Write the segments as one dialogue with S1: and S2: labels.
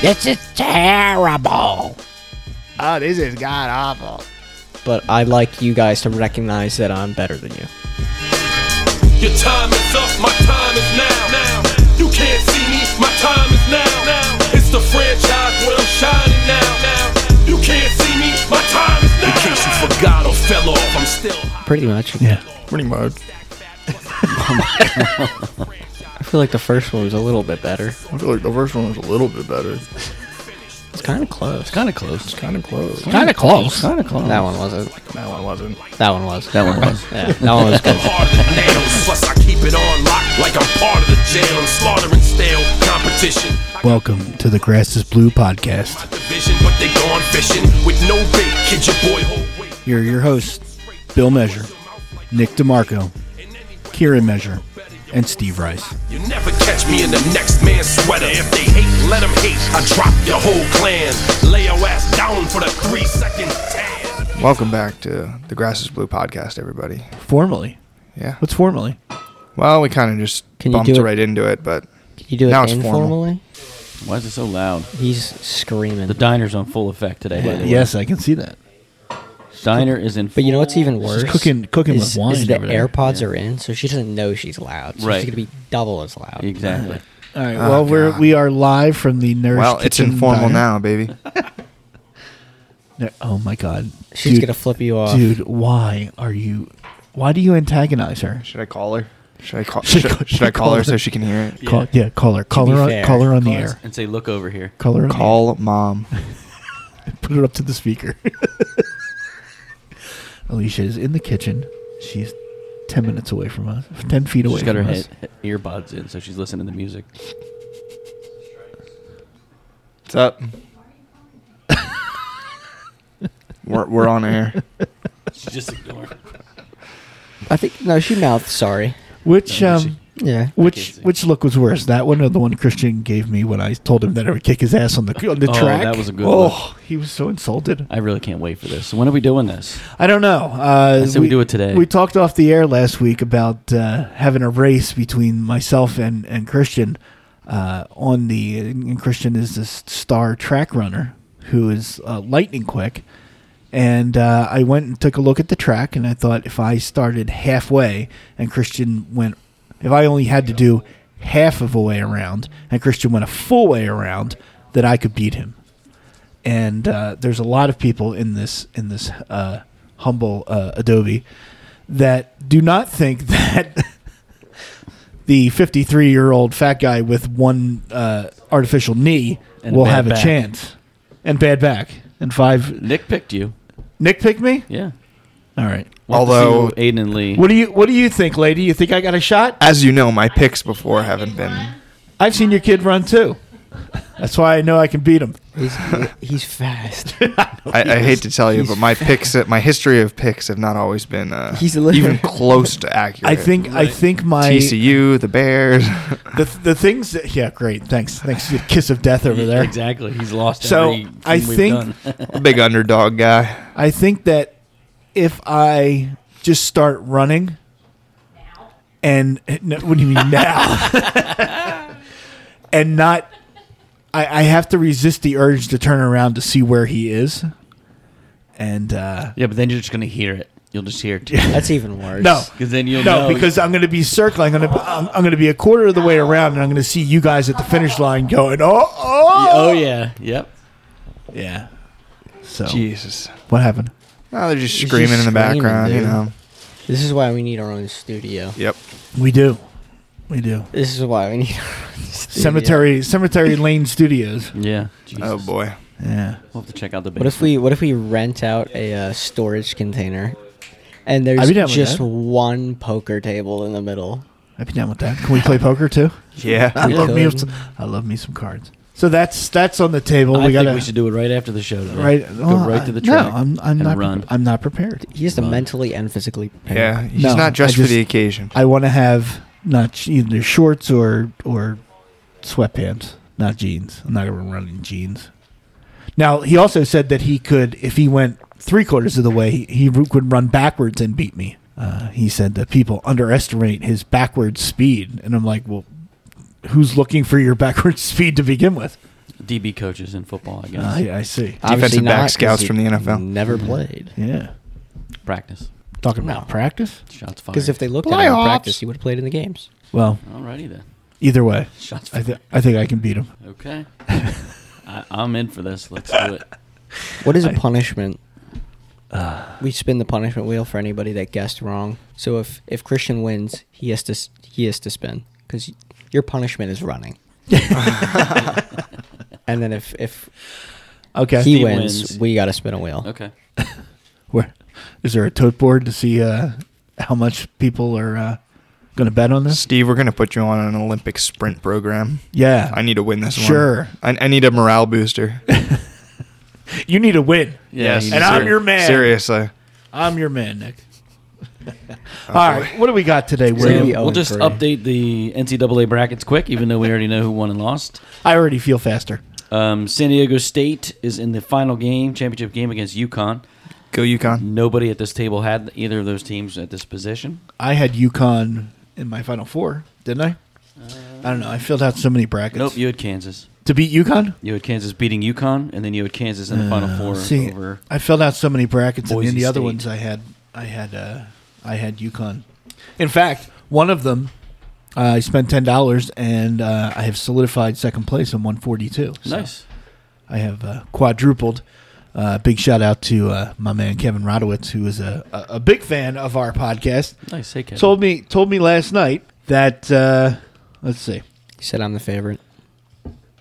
S1: This is terrible.
S2: Oh, this is god awful.
S3: But I'd like you guys to recognize that I'm better than you.
S4: Your time is up, my time is now. now. You can't see me, my time is now. now. It's the franchise where I'm shining now. now. You can't see me, my time is now. In case you forgot or fell off, I'm still high.
S3: Pretty much.
S5: Yeah, pretty much.
S3: I feel like the first one was a little bit better.
S5: I feel like the first one was a little bit better.
S3: It's kind of close.
S6: Kind of close.
S5: Kind of close.
S6: Kind of close. Kind of close.
S3: That one wasn't.
S5: That one wasn't.
S3: That one was.
S6: That one was.
S3: Yeah, that one was good.
S4: Harder than nails, plus I keep it on lock like I'm part of the jail. I'm slaughtering stale competition.
S7: Welcome to the Grass is Blue podcast.
S4: Division, but they gone fishing with no bait. Kid your boy, hold weight.
S7: Here are your hosts, Bill Measure, Nick DeMarco, Kieran Measure, and Steve Rice.
S4: You never catch me in the next man's sweater. If they hate, let 'em hate. I drop your whole clan. Lay your ass down for the three second tan.
S5: Welcome back to the Grass is Blue podcast, everybody.
S7: Formally.
S5: Yeah.
S7: What's formally?
S5: Well, we kind of just
S3: Can you
S5: bumped
S3: do it-
S5: right into it, but
S3: Can you do it
S5: Now it's formal.
S3: informally?
S6: Why is it so loud?
S3: He's screaming.
S6: The diner's on full effect today. by the way.
S7: Yes, I can see that.
S6: Diner is in.
S3: But you know what's even worse?
S7: cooking- cooking with
S3: is,
S7: wine
S3: Is the
S7: over there.
S3: AirPods are in, so she doesn't know she's loud. So
S6: Right.
S3: She's gonna be double as loud.
S6: Exactly.
S7: All right. Well, we're we are live from the Nurse.
S5: Oh, well, it's informal now, baby.
S7: Oh my God.
S3: She's
S7: Dude-
S3: gonna flip you off.
S7: Dude, why are you? Why do you antagonize her?
S5: Should I call her? Should I call?
S7: Should
S5: Should,
S7: I call-
S5: should, I call her so she can hear it?
S7: Yeah, call, yeah, call her. Call
S3: be
S7: her. On,
S3: fair,
S7: call her on the
S3: call us-
S7: air.
S6: And say, look over here.
S7: Call her. On
S5: Call mom.
S7: The air. Put it up to the speaker. Alicia is in the kitchen. She's ten minutes away from us. Ten feet away.
S6: She's got her
S7: from us.
S6: head, earbuds in, so she's listening to music.
S5: What's up? we're we're on air.
S6: She just ignored.
S3: I think no, she mouthed sorry.
S7: Which
S6: No,
S7: um,
S3: Yeah.
S7: which
S6: see.
S7: which look was worse, that one or the one Christian gave me when I told him that I would kick his ass on the on the
S6: Oh,
S7: track?
S6: that was a good
S7: Oh, he was so insulted.
S6: I really can't wait for this. So when are we doing this?
S7: I don't know. Uh,
S6: I say we do it today.
S7: We talked off the air last week about uh, having a race between myself and and Christian uh, on the and Christian is this star track runner who is uh, lightning quick. And uh, I went and took a look at the track, and I thought if I started halfway and Christian went, if I only had to do half of a way around and Christian went a full way around, that I could beat him and uh, there's a lot of people in this in this uh, humble uh, Adobe that do not think that the 53 year old fat guy with one uh, artificial knee
S6: And a
S7: will
S6: bad
S7: have a
S6: back.
S7: chance and bad back and five.
S6: Nick picked you.
S7: Nick pick me.
S6: Yeah.
S7: All right.
S6: We'll have to
S5: Although-
S6: see who Aiden and Lee.
S7: What do you What do you think, lady? You think I got a shot?
S5: As you know, my picks before haven't been.
S7: I've seen your kid run too. That's why I know I can beat him.
S3: He's he's fast.
S5: I, I hate to tell you,
S3: He's
S5: but my picks, my history of picks, have not always been uh,
S3: He's a little-
S5: even close to accurate.
S7: I think I think my
S5: TCU, the Bears.
S7: the the things that yeah great thanks thanks you kiss of death over there
S6: Exactly. He's lost
S7: So,
S6: every team
S7: I
S6: we've
S7: think-
S6: done.
S5: big underdog guy.
S7: I think that if I just start running and no, what do you mean now? and not I, I have to resist the urge to turn around to see where he is. And uh
S6: Yeah, but then you're just going to hear it. You'll just hear it.
S3: That's even worse.
S7: no,
S6: Because then you'll
S7: no,
S6: know.
S7: because I'm going to be circling. I'm going to I'm, I'm going to be a quarter of the way around, and I'm going to see you guys at the finish line going, oh, oh,
S6: Oh, yeah. Yep.
S7: yeah. So
S5: Jesus.
S7: what happened?
S5: No, Oh, they're just
S3: He's
S5: screaming
S3: just
S5: in the
S3: screaming,
S5: background, you
S3: dude.
S5: know.
S3: This is why we need our own studio.
S5: Yep.
S7: We do, we do.
S3: This is why we need our own
S6: uh,
S3: studio.
S7: Cemetery Cemetery Lane Studios.
S6: Yeah. Jesus.
S5: Oh boy.
S7: Yeah.
S6: We'll have to check out the
S3: What if
S6: basement.
S3: we What if we rent out a uh, storage container, and
S7: I'd
S3: there's
S7: be down with
S3: just
S7: that.
S3: one poker table in the middle?
S7: I'd be down with that. Can we play poker too? I
S5: Yeah.
S3: Yeah.
S7: love me.
S3: Good.
S7: some- I love me some cards. So that's that's on the table.
S6: I
S7: we gotta
S6: think we should do it right after the show. Today.
S7: right
S6: Go
S7: well,
S6: right to the
S7: I-
S6: track.
S7: No, I'm I'm
S6: and
S7: not pre-
S6: run.
S7: I'm not prepared.
S3: He has to
S6: Right.
S3: mentally and physically. prepare.
S5: Yeah. He's
S7: No,
S5: not
S7: I
S5: dressed for the
S7: just-
S5: occasion.
S7: I want to have not sh- either shorts or or sweatpants, not jeans. I'm not gonna run in jeans. Now he also said that he could, if he went three quarters of the way, he, he would run backwards and beat me. Uh, he said that people underestimate his backward speed, and I'm like, well, who's looking for your backward speed to begin with?
S6: DB coaches in football, I guess.
S7: I, I see.
S5: Defensive back
S3: not, 'cause
S5: scouts
S3: he
S5: from the NFL.
S3: Never played.
S7: Yeah.
S6: Practice.
S7: Talking about practice?
S6: Shots fired.
S3: Because if they looked at him in
S5: Playoffs.
S3: practice, he would have played in the games.
S7: Well,
S6: Alrighty then.
S7: either way,
S6: Shots
S7: I,
S6: fired.
S7: th- I think I can beat him.
S6: okay. I, I'm in for this. Let's do it.
S3: What is a punishment? we spin the punishment wheel for anybody that guessed wrong. So if if Christian wins, he has to s- he has to spin because your punishment is running. and then if if
S7: Okay.
S3: he
S6: He
S3: wins,
S6: wins.
S3: we got to spin a wheel.
S6: Okay.
S7: Where is there a tote board to see uh, how much people are uh, going to bet on this?
S5: Steve, we're gonna put you on an Olympic sprint program.
S7: Yeah,
S5: I need to win this
S7: Sure.
S5: one. Sure. I, I need a morale booster.
S7: you need a win.
S6: Yeah, you
S7: and I'm
S6: deserve-
S7: your man.
S5: Seriously.
S7: I'm your man, Nick. All right, what do we got today?
S6: So
S3: Maybe
S7: William?
S3: oh
S6: we'll
S3: and
S6: just
S3: three.
S6: update the NCAA brackets quick, even though we already know who won and lost.
S7: I already feel faster.
S6: Um, San Diego State is in the final game, championship game against UConn.
S5: Go UConn.
S6: Nobody at this table had either of those teams at this position.
S7: I had UConn in my final four, didn't I? I don't know. I filled out so many brackets.
S6: Uh, Nope, you had Kansas.
S7: to beat UConn.
S6: You had Kansas beating UConn, and then you had Kansas in the final four
S7: See,
S6: over.
S7: I filled out so many brackets, and
S6: Boise
S7: then the other
S6: State.
S7: ones I had, I had, uh, I had UConn. In fact, one of them, uh, I spent ten dollars, and uh, I have solidified second place on one forty-two. So
S6: Nice.
S7: I have uh, quadrupled. Uh, big shout out to uh, my man Kevin Rodowitz, who is a, a, a big fan of our podcast.
S6: Nice. Hey, Kevin.
S7: Told me told me last night that uh, let's see.
S3: He said I'm the favorite.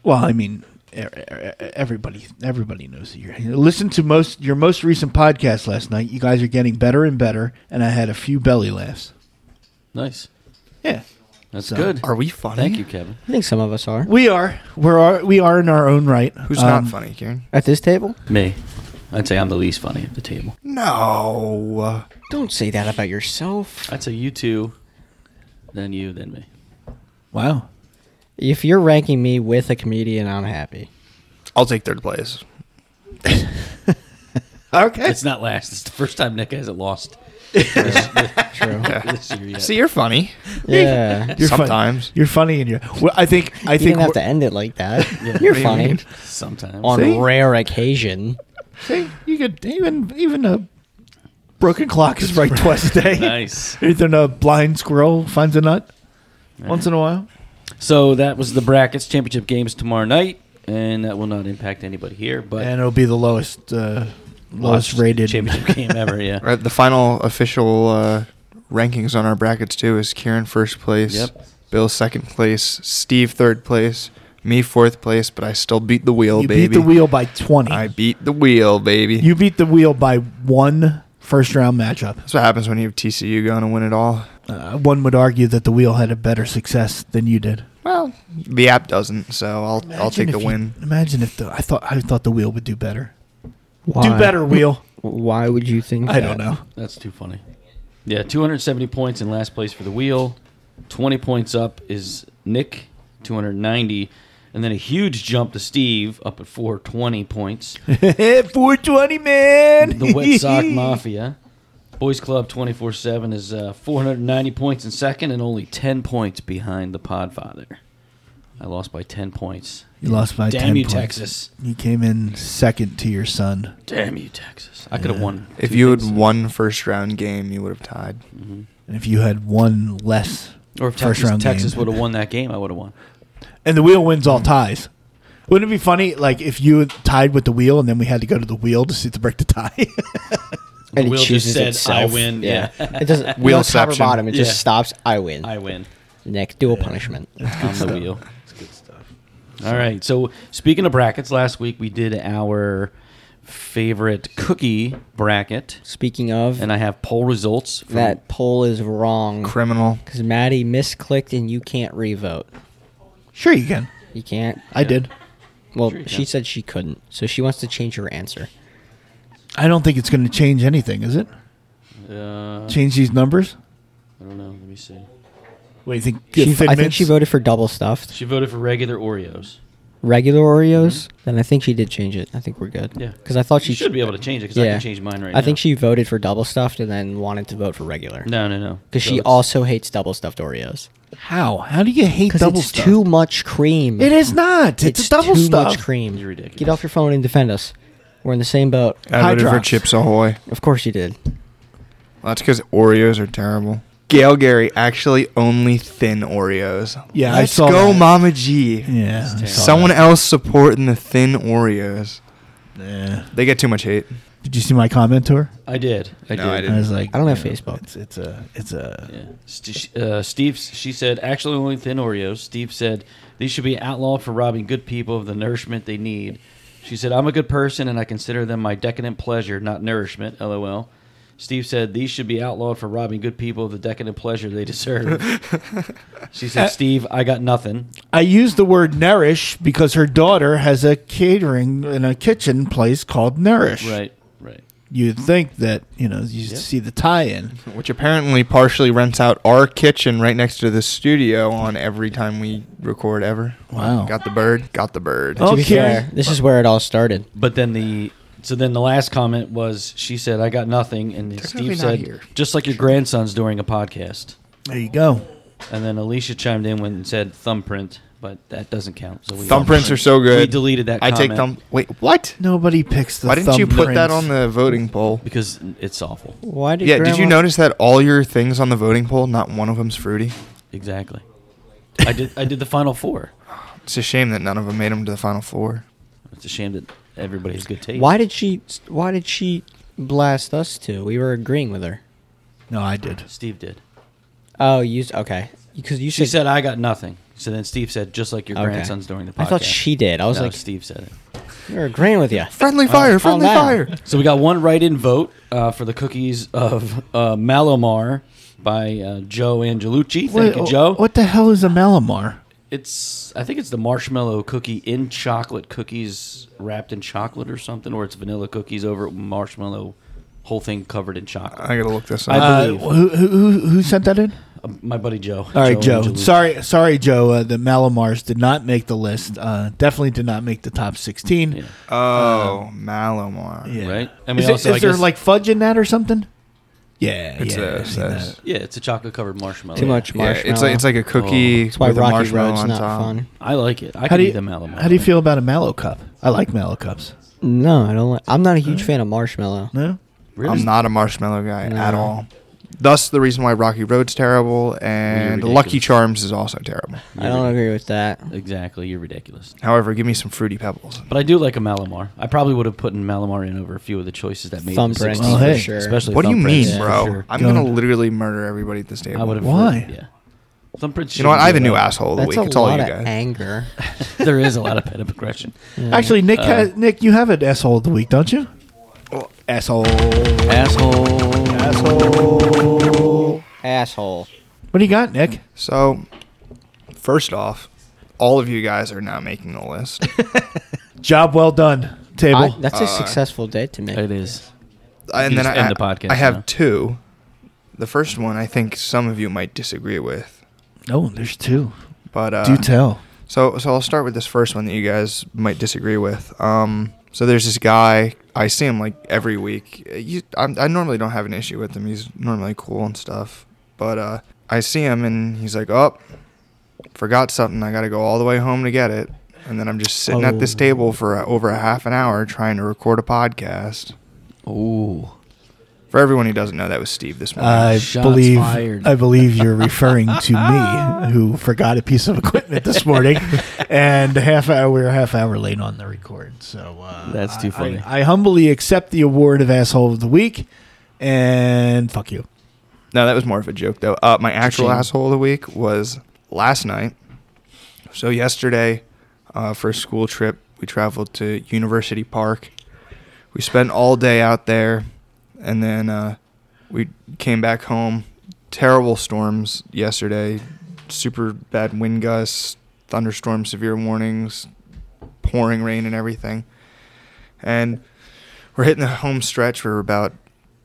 S7: Well, I mean, e- e- everybody everybody knows that you're. Listen to most your most recent podcast last night. You guys are getting better and better, and I had a few belly laughs.
S6: nice.
S7: Yeah,
S6: That's
S7: So-
S6: good.
S5: Are we funny?
S6: Thank you, Kevin.
S3: I think some of us are
S7: we are we're are, we are in our own right.
S5: Who's
S7: Um,
S5: not funny, Karen?
S3: at this table.
S6: Me. I'd say I'm the least funny at the table.
S5: No.
S3: Don't say that about yourself.
S6: I'd say you two, then you, then me.
S7: Wow,
S3: If you're ranking me with a comedian, I'm happy.
S5: I'll take third place.
S7: okay,
S6: It's not last. It's the first time Nick hasn't lost
S3: True.
S6: this year yet.
S5: See, you're funny.
S3: yeah.
S7: You're funny.
S5: Sometimes.
S7: you're funny, and you're. Well, I think I
S3: You
S7: think
S3: didn't have
S7: we're-
S3: to end it like that. You're funny.
S6: Sometimes.
S3: On
S7: See?
S3: rare occasion.
S7: see, you could even even a broken clock is right twice a day.
S6: nice.
S7: Even a blind squirrel finds a nut once in a while.
S6: So that was the brackets. Championship games tomorrow night, and that will not impact anybody here. But
S7: and it'll be the lowest uh, lowest
S6: watched
S7: rated.
S6: championship game ever. Yeah.
S5: Right, the final official uh, rankings on our brackets too is Kieran first place,
S6: Yep.
S5: Bill second place, Steve third place, me fourth place, but I still beat the wheel,
S7: You
S5: baby.
S7: beat the wheel by twenty.
S5: I beat the wheel, baby.
S7: you beat the wheel by one first round matchup.
S5: That's what happens when you have TCU going to win it all.
S7: Uh, one would argue that the wheel had a better success than you did.
S5: Well, the app doesn't, so I'll I'll
S7: Imagine
S5: take the
S7: if you-
S5: win.
S7: Imagine if the I thought I thought the wheel would do better.
S3: Why?
S7: Do better, wheel.
S3: Why would you think?
S7: I
S3: that?
S7: don't know.
S6: That's too funny. Yeah, 270 points in last place for the wheel. 20 points up is Nick, 290. And then a huge jump to Steve, up at 420 points.
S7: 420 man.
S6: The Wet Sock Mafia. Boys Club 24 7 is uh, 490 points in second and only 10 points behind the Podfather. I lost by 10 points.
S7: You lost by
S6: Damn
S7: 10
S6: you,
S7: points.
S6: Texas.
S7: You came in second to your son.
S6: Damn you, Texas. I could have won.
S5: If
S6: two
S5: you had
S6: things.
S5: won first round game, you would have tied.
S7: Mm-hmm. And if you had one less
S6: Or if
S7: first
S6: Texas,
S7: round game.
S6: Texas would have won that game, I would have won.
S7: and the wheel wins all ties. Wouldn't it be funny, like if you tied with the wheel, and then we had to go to the wheel to see to break the tie?
S3: And it
S6: Will just
S3: chooses
S6: said, "I
S3: itself.
S6: win."
S3: it doesn't. Wheel no top or
S5: Wheelception.
S3: bottom. It
S6: Yeah.
S3: just stops. I win.
S6: I win.
S3: Nick, dual punishment.
S6: on the wheel. It's good stuff. All right. So speaking of brackets, last week we did our favorite cookie bracket,
S3: Speaking of,
S6: and I have poll results. From,
S3: that poll is wrong
S5: Criminal.
S3: because Maddie misclicked and you can't revote.
S7: sure, you can.
S3: You can't.
S7: I did.
S3: Well,
S6: you
S3: she
S6: can.
S3: said she couldn't, so she wants to change her answer.
S7: I don't think it's going to change anything, is it?
S6: Uh, I
S7: Change these numbers?
S6: don't know. Let me see.
S7: What do you think?
S3: She, I think
S7: Fitments?
S3: she voted for double stuffed.
S6: She voted for regular Oreos.
S3: regular Oreos, then I think she did change it. I think we're good.
S6: Mm-hmm. Yeah.
S3: Because I thought she
S6: You should be able to change it because I can change mine right
S3: I
S6: now.
S3: think she voted for double stuffed and then wanted to vote for regular.
S6: No, no, no.
S3: Because
S6: So
S3: she
S6: it's-
S3: also hates double stuffed Oreos.
S7: How? How do you hate
S3: Because
S7: double
S3: it's
S7: stuff?
S3: too much cream.
S7: it is not. It's,
S3: It's,
S7: double
S3: too
S7: stuff.
S3: much cream.
S6: You're ridiculous.
S3: Get off your phone and defend us. We're in the same boat.
S5: I voted for
S7: Hydrox.
S5: Chips Ahoy.
S3: Of course you did.
S5: That's because Oreos are terrible. Gail Gary actually only thin Oreos.
S7: Yeah, I
S5: Let's
S7: saw
S5: go,
S7: that.
S5: Mama G.
S7: Yeah. I saw
S5: Someone else supporting the thin Oreos.
S7: that. Yeah.
S5: They get too much hate.
S7: Did you see my comment to her?
S6: I did. I
S5: No,
S6: did.
S5: I
S7: I was like,
S3: I don't
S7: you
S3: have
S7: know,
S3: Facebook.
S7: It's, it's a, it's a.
S6: Yeah. St- uh, Steve, she said, actually only thin Oreos. Steve said, these should be outlawed for robbing good people of the nourishment they need. She said, I'm a good person and I consider them my decadent pleasure, not nourishment. LOL. Steve said, these should be outlawed for robbing good people of the decadent pleasure they deserve. she said, Steve, I got nothing.
S7: I use the word nourish because her daughter has a catering and a kitchen place called Nourish.
S6: Right, right.
S7: You'd think that you know you see the tie-in.
S5: Which apparently partially rents out our kitchen right next to the studio on every time we record ever.
S7: Wow.
S5: Got the bird. Got the bird.
S6: Oh.
S3: To be
S7: Okay.
S3: fair, this is where it all started.
S6: But then the so then the last comment was she said I got nothing and
S5: Technically
S6: Steve
S5: not
S6: said
S5: here.
S6: just like your grandson's during a podcast.
S7: There you go.
S6: And then Alicia chimed in when and said thumbprint, but that doesn't count. So we
S5: Thumbprints are so good.
S6: We deleted that.
S5: I take thumb.
S6: comment
S5: Wait, what?
S7: Nobody picks the.
S5: Why didn't you put that
S7: thumbprints.
S5: on the voting poll?
S6: because it's awful.
S3: Why did
S5: Yeah, did you notice that all your things on the voting poll, not one of them's fruity?
S6: Exactly. I did. I did the final four.
S5: It's a shame that none of them made them to the final four.
S6: It's a shame that everybody has good taste.
S3: Why did she? Why did she blast us two? We were agreeing with her.
S7: No, I did.
S6: Steve did?
S3: Oh, you okay? Because you
S6: She
S3: said,
S6: said I got nothing. So then Steve said just like your
S3: Okay.
S6: grandson's during the podcast.
S3: I thought she did. I was
S6: No,
S3: like,
S6: Steve said it.
S3: we're agreeing with you.
S5: Friendly
S6: Oh,
S5: fire,
S3: calm
S5: friendly
S3: down.
S5: fire.
S6: So we got one write-in vote uh, for the cookies of uh, Malomar by uh, Joe Angelucci. Thank
S7: Wait,
S6: you,
S3: oh,
S6: Joe.
S7: What the hell is a Malamar?
S6: It's I think it's the marshmallow cookie in chocolate cookies wrapped in chocolate or something, or it's vanilla cookies over marshmallow, whole thing covered in chocolate.
S5: I gotta look this
S6: I
S5: up.
S7: Uh,
S6: believe.
S7: who, who who- who sent that in?
S6: Uh, My buddy Joe.
S7: All right, Joe.
S6: Angelucci.
S7: Sorry, sorry, Joe. Uh, the Malamars did not make the list. Uh, definitely did not make the top sixteen.
S6: Yeah. uh,
S5: oh, Malamar.
S7: Yeah.
S6: Right?
S7: And
S6: And
S7: we
S6: we
S7: is it-
S6: also,
S7: is
S6: I
S7: there
S6: guess-
S7: like fudge in that or something? Yeah,
S5: It's
S7: yeah.
S5: this,
S7: I've seen
S5: this.
S7: that.
S6: Yeah, it's a chocolate covered marshmallow.
S3: Too much
S5: Yeah,
S3: marshmallow.
S5: it's like it's like a
S6: Oh.
S5: cookie
S3: That's why
S5: with a
S3: Rocky
S5: marshmallow
S3: Road's
S5: on
S3: not
S5: top.
S3: fun.
S6: I like it. I
S7: How
S6: can
S7: do
S6: eat
S7: you
S6: the Malamar.
S7: how do you feel about a mallow cup? I like mallow cups.
S3: No, I don't. Like, I'm not a huge fan of marshmallow.
S7: No,
S5: I'm not a marshmallow guy at
S3: No.
S5: all. Thus, the reason why Rocky Road's terrible and
S6: You're
S5: Lucky
S6: ridiculous.
S5: Charms is also terrible.
S3: I don't agree with that.
S6: Exactly. You're ridiculous.
S5: However, give me some fruity pebbles.
S6: But I do like a Malamar. I probably would have put in Malamar in over a few of the choices that made the
S3: Thumbprint
S6: 16,
S7: Oh,
S3: for
S7: hey.
S3: sure.
S6: especially
S5: What do you mean,
S6: thumbprints, for
S5: bro?
S6: sure.
S5: I'm
S7: Go
S5: gonna
S7: on.
S5: literally murder everybody at this table.
S6: I would have.
S7: Why?
S6: Yeah. Thumbprints.
S5: You know what? I
S6: shouldn't be
S5: have a new
S6: allowed.
S5: asshole of the
S3: That's
S5: week.
S3: a
S5: It's all you
S3: lot of
S5: guys.
S3: anger.
S6: there is a lot of pet aggression.
S7: actually,
S6: Uh,
S7: Nick, has, Nick, you have an asshole of the week, don't you?
S6: Oh,
S7: Asshole,
S6: Asshole.
S7: asshole.
S3: Asshole.
S7: What do you got, Nick?
S5: So, first off, all of you guys are now making the list. Uh,
S7: Job well done, table.
S3: I, that's a successful day to me.
S6: It is.
S5: and then
S6: just
S5: I,
S6: end the podcast
S5: I have
S6: now.
S5: two. The first one I think some of you might disagree with,
S7: no, Oh, there's two.
S5: but uh,
S7: Do tell.
S5: So, so I'll start with this first one that you guys might disagree with. Um, so there's this guy. I see him like every week. Uh, You, I'm, I normally don't have an issue with him. He's normally cool and stuff. But uh, I see him and he's like, "Oh, forgot something. I got to go all the way home to get it." And then I'm just sitting at this
S3: Oh.
S5: table for uh, over a half an hour trying to record a podcast.
S6: Ooh.
S5: For everyone who doesn't know, that was Steve this morning.
S7: Uh, I
S6: Shots
S7: believe
S6: fired.
S7: I believe you're referring to me, who forgot a piece of equipment this morning, and a half hour we were a half hour late on the record. So uh,
S6: That's too
S7: I-
S6: funny.
S7: I, I humbly accept the award of asshole of the week, and fuck you.
S5: No, that was more of a joke though. Uh, my actual
S6: Cha-ching.
S5: asshole of the week was last night. So yesterday, uh, for a school trip, we traveled to University Park. We spent all day out there, and then uh, we came back home. Terrible storms yesterday, super bad wind gusts, thunderstorms, severe warnings, pouring rain, and everything. And we're hitting the home stretch. We're about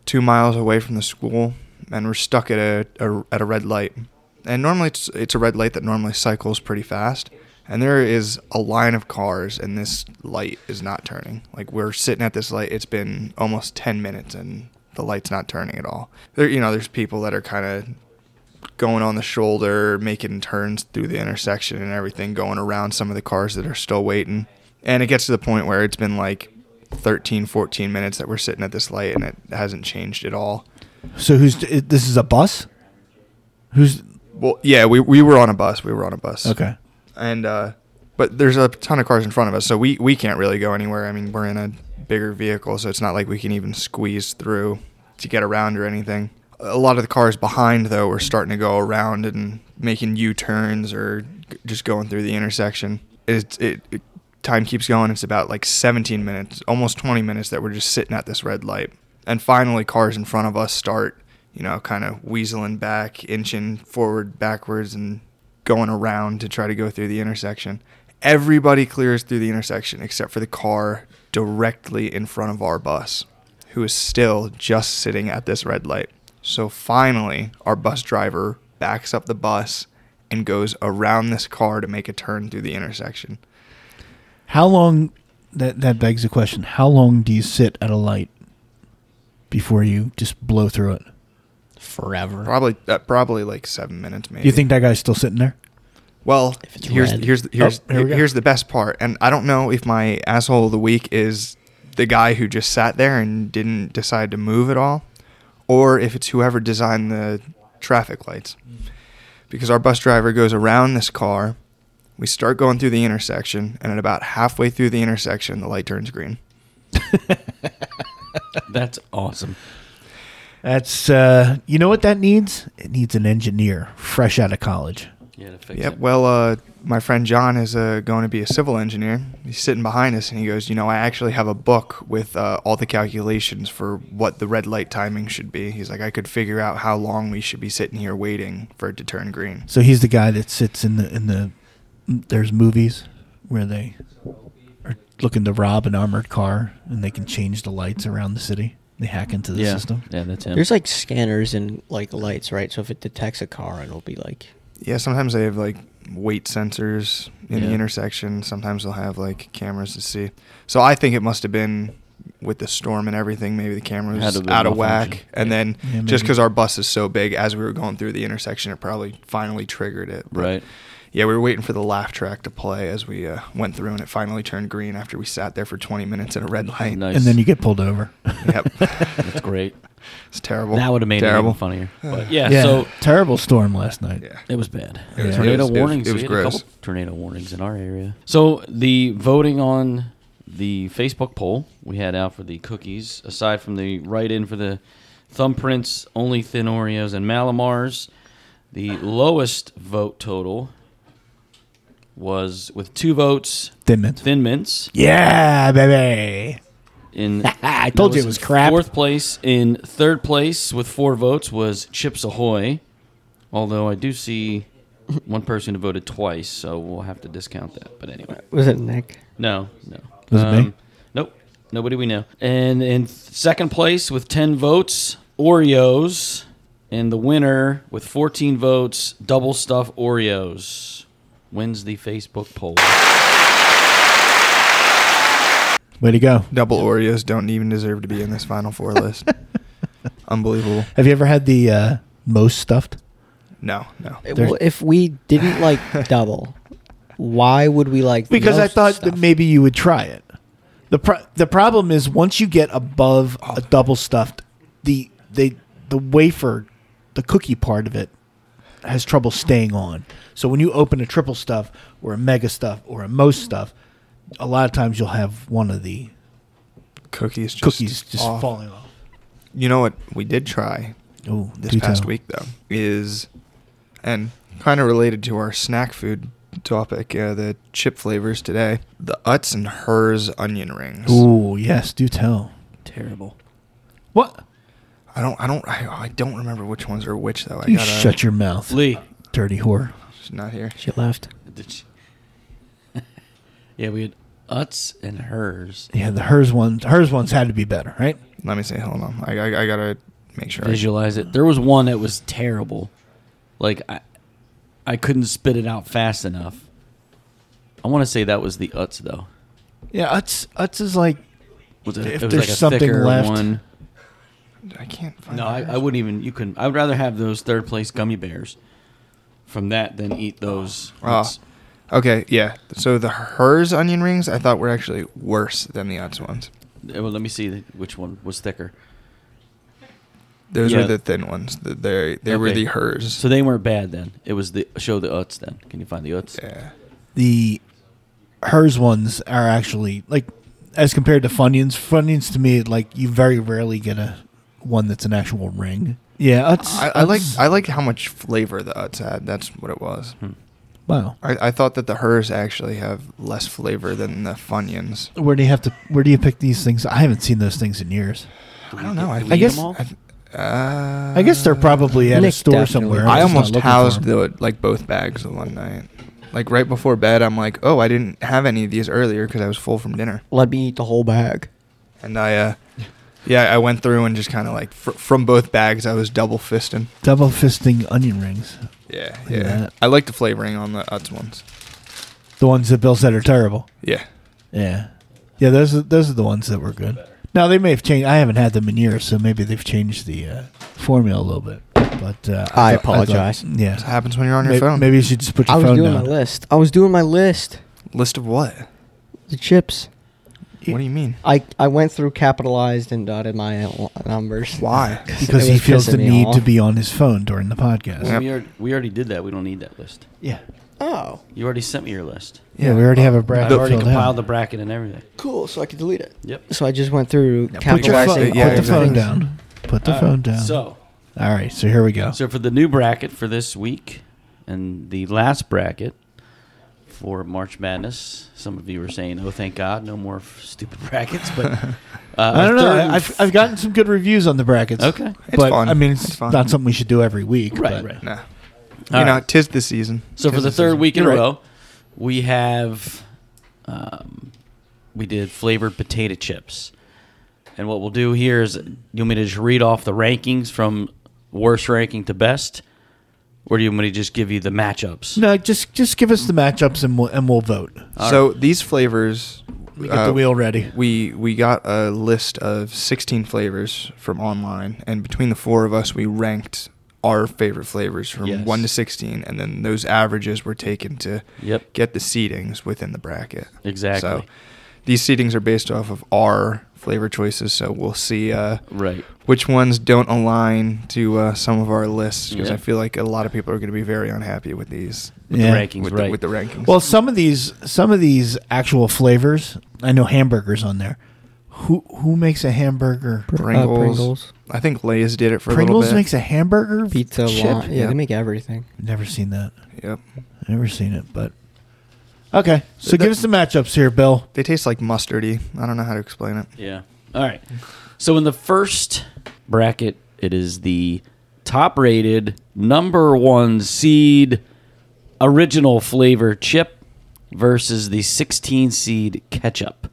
S5: two miles away from the school, and we're stuck at a, a at a red light. And normally it's it's a red light that normally cycles pretty fast. and there is a line of cars, and this light is not turning. Like we're sitting at this light, it's been almost ten minutes, and the light's not turning at all. There, you know, there's people that are kind of going on the shoulder, making turns through the intersection and everything, going around some of the cars that are still waiting. And it gets to the point where it's been like 13, 14 minutes that we're sitting at this light and it hasn't changed at all.
S7: So who's it- this is a bus? Who's
S5: Well, yeah, we, we were on a bus. We were on a bus.
S7: okay?
S5: And, uh, but there's a ton of cars in front of us, so we, we can't really go anywhere. I mean, we're in a bigger vehicle, so it's not like we can even squeeze through to get around or anything. A lot of the cars behind, though, were starting to go around and making U turns or g- just going through the intersection. It, it, it time keeps going. It's about like 17 minutes, almost 20 minutes that we're just sitting at this red light. And finally, cars in front of us start, you know, kind of weaseling back, inching forward, backwards, and going around to try to go through the intersection. Everybody clears through the intersection except for the car directly in front of our bus, who is still just sitting at this red light. So finally, our bus driver backs up the bus and goes around this car to make a turn through the intersection.
S7: How long? That that begs the question. How long do you sit at a light before you just blow through it?
S3: forever.
S5: Probably, uh, probably like seven minutes, maybe.
S7: Do you think that guy's still sitting there?
S5: Well,
S3: it's
S5: here's
S3: red.
S5: here's here's
S7: Oh, here we go.
S5: here's the best part, and I don't know if my asshole of the week is the guy who just sat there and didn't decide to move at all, or if it's whoever designed the traffic lights, because our bus driver goes around this car. We start going through the intersection, and at about halfway through the intersection, the light turns green.
S6: That's awesome.
S7: That's uh, you know what that needs? It needs an engineer fresh out of college.
S6: Yeah, to fix
S5: Yep.
S6: it.
S5: Well, uh, my friend John is uh, going to be a civil engineer. He's sitting behind us, and he goes, "You know, I actually have a book with uh, all the calculations for what the red light timing should be." He's like, "I could figure out how long we should be sitting here waiting for it to turn green."
S7: So he's the guy that sits in the in the there's movies where they are looking to rob an armored car and they can change the lights around the city. They hack into the
S6: yeah.
S7: system.
S6: Yeah, that's him.
S3: There's like scanners and like lights, right? So if it detects a car, it'll be like
S5: Yeah. Sometimes they have like weight sensors in the
S6: Yeah.
S5: intersection. Sometimes they'll have like cameras to see. So I think it must have been. With the storm and everything, maybe the camera
S6: Had a
S5: was
S6: bit
S5: out of whack,
S6: malfunction.
S5: and
S6: Yeah.
S5: then
S7: Yeah,
S5: just
S7: maybe.
S5: because our bus is so big, as we were going through the intersection, it probably finally triggered it. But
S6: right.
S5: Yeah, we were waiting for the laugh track to play as we uh, went through, and it finally turned green after we sat there for 20 minutes at a red light.
S6: Nice.
S7: And then you get pulled over.
S5: Yep,
S6: That's great.
S5: it's terrible.
S6: That would have made
S5: terrible.
S6: it even funnier. But yeah,
S7: yeah.
S6: so
S7: terrible storm last night.
S5: Yeah.
S6: it was bad.
S5: It was-
S6: Tornado
S5: it was- it was-
S6: warnings.
S5: it was
S6: we had a
S5: gross.
S6: couple tornado warnings in our area. So the voting on the Facebook poll we had out for the cookies, aside from the write-in for the thumbprints, only thin Oreos and Malamars, the lowest vote total was with two votes,
S7: Thin Mint.
S6: Thin Mints
S7: Yeah, baby.
S6: in
S7: I told you it was crap.
S6: Fourth place in third place with four votes was Chips Ahoy. Although I do see one person who voted twice, so we'll have to discount that. But anyway,
S3: was it Nick?
S6: no, no. Um,
S7: Was it me?
S6: Nope, nobody we know. And in second place with ten votes, Oreos, and the winner with fourteen votes, Double Stuff Oreos wins the Facebook poll.
S7: Way to go.
S5: Double Oreos don't even deserve to be in this Final Four list. Unbelievable.
S7: Have you ever had the uh, most stuffed?
S5: No, no.
S7: There's-
S3: Well, if we didn't like double, why would we like? the
S7: Because I
S3: most
S7: thought
S3: stuff?
S7: that maybe you would try it. The pro- the problem is once you get above a double stuffed, the they the wafer, the cookie part of it has trouble staying on. So when you open a triple stuff or a mega stuff or a most stuff, a lot of times you'll have one of the
S5: Cookies just,
S7: cookies just
S5: off.
S7: falling off.
S5: You know what we did try
S7: Oh,
S5: this past week, though, is, and kind of related to our snack food topic, uh, the chip flavors today, the Utz and Hers onion rings.
S7: Oh yes, do tell.
S6: Terrible.
S7: What?
S5: I don't, I don't, I, I don't remember which ones are which though. I
S7: You
S5: gotta,
S7: shut your mouth,
S6: Lee.
S7: dirty whore.
S5: She's not here.
S3: she left.
S6: Did she? yeah, we had Uts and hers.
S7: Yeah, the hers ones, hers ones had to be better, right?
S5: Let me see. Hold on. I, I, I gotta make sure. I,
S6: Visualize it. There was one that was terrible. Like I, I couldn't spit it out fast enough. I want to say that was the Utz though.
S7: Yeah, Utz Utz is like
S6: Was
S7: If there's something left.
S5: I can't find
S6: No, I, I wouldn't even. You couldn't. I would rather have those third place gummy bears from that than eat those.
S5: Ah.
S6: Utz.
S5: Okay, yeah. So the hers onion rings I thought were actually worse than the Utz ones.
S6: Eh, Well, let me see which one was thicker.
S5: Those
S6: Yeah.
S5: were the thin ones. The- They they were
S6: Okay.
S5: the hers.
S6: So they weren't bad then. It was the show the Utz then. Can you find the Utz?
S5: yeah.
S7: the hers ones are actually like as compared to Funyuns. Funyuns to me, like you very rarely get a one that's an actual ring. Yeah, Utz.
S5: I, I like
S7: Utz-
S5: I like how much flavor the Utz had. That's what it was.
S7: Hmm. wow.
S5: I, I thought that the hers actually have less flavor than the Funyuns.
S7: Where do you have to? Where do you pick these things? I haven't seen those things in years.
S5: I don't know. I,
S6: Do
S5: think
S6: we eat
S7: guess-
S6: them all?
S5: I, th- uh,
S7: I guess they're probably at a
S3: Nick
S7: store
S3: definitely
S7: somewhere.
S3: does.
S7: I'm
S5: I
S7: just not
S5: almost
S7: looking for
S5: housed
S7: them.
S5: the, like both bags in one night. Like right before bed, I'm like, oh, I didn't have any of these earlier because I was full from dinner.
S3: Let me eat the whole bag.
S5: And I, uh, yeah, I went through and just kind of like fr- from both bags, I was double fisting.
S7: double fisting onion rings,
S5: Yeah,
S7: at
S5: yeah.
S7: that.
S5: I like the flavoring on the Utz ones.
S7: the ones that Bill said are terrible.
S5: Yeah.
S7: Yeah, yeah. Those are those are the ones that were good. Now they may have changed. I haven't had them in years, so maybe they've changed the uh, formula a little bit. But uh,
S3: I
S7: thought- thought-
S3: apologize.
S7: yeah,
S5: It happens when you're on your
S7: May-
S5: phone.
S7: Maybe you should just put your
S3: I was
S7: phone
S3: doing my
S7: down.
S3: list. I was doing my list.
S5: List of what?
S3: The chips.
S5: What do you mean?
S3: I, I went through capitalized and dotted my l- numbers.
S5: Why?
S3: It
S7: because he
S3: was
S7: feels
S3: pissing
S7: the
S3: me
S7: need to
S3: off.
S7: be on his phone during the podcast.
S6: Well,
S5: Yep.
S6: we, already, we already did that. We don't need that list.
S7: Yeah,
S3: Oh,
S6: You already sent me your list.
S7: yeah. We already have a bracket.
S6: I've already
S7: filled
S6: compiled
S7: out.
S6: the bracket and everything.
S3: cool. So I could delete it.
S6: Yep.
S3: So I just went through
S5: put your
S3: capitalizing.
S5: phone- yeah,
S7: put the
S5: exactly.
S7: phone down. Put the
S6: All right,
S7: phone down.
S6: So,
S7: all right. So here we go.
S6: so for the new bracket for this week and the last bracket for March Madness, some of you were saying, "Oh, thank God, no more f- stupid brackets." But uh,
S7: I don't know.
S6: third-
S7: I- I've, I've gotten some good reviews on the brackets.
S6: okay.
S5: It's
S7: but
S5: fun.
S7: I mean, it's,
S5: It's fun.
S7: not something we should do every week.
S6: Right,
S7: but
S6: right.
S5: Nah.
S6: All
S5: you know,
S6: right.
S5: tis the season.
S6: So for
S5: Tis
S6: the third
S5: season.
S6: week in
S7: You're
S6: a
S7: right.
S6: row, we have um, we did flavored potato chips, and what we'll do here is you want me to just read off the rankings from worst ranking to best, or do you want me to just give you the matchups?
S7: No, just just give us the matchups and we'll and we'll vote.
S5: So these flavors,
S7: We get
S5: uh,
S7: the wheel ready.
S5: we we got a list of 16 flavors from online, and between the four of us, we ranked our favorite flavors from
S6: Yes.
S5: one to 16, and then those averages were taken to
S6: Yep.
S5: get the seedings within the bracket.
S6: Exactly.
S5: So these seedings are based off of our flavor choices. So we'll see. Uh,
S6: Right.
S5: which ones don't align to uh, some of our lists because
S6: Yeah.
S5: I feel like a lot of people are going to be very unhappy with these
S6: With
S7: Yeah.
S6: the rankings,
S5: with,
S6: right?
S5: the, with the rankings.
S7: Well, some of these some of these actual flavors. I know hamburgers on there. Who who makes a hamburger?
S5: Pringles,
S3: Uh, Pringles.
S5: I think Lay's did it for
S7: Pringles
S5: a little
S7: makes
S5: bit.
S7: a hamburger
S3: Pizza.
S7: chip.
S3: Lot. Yeah,
S5: yeah.
S3: they make everything.
S7: Never seen that.
S5: yep.
S7: Never seen it, but okay. So
S5: The-
S7: give us the matchups here, Bill.
S5: They taste like mustardy. I don't know how to explain it.
S6: Yeah. All right. So in the first bracket, it is the top rated number one seed original flavor chip versus the 16 seed ketchup.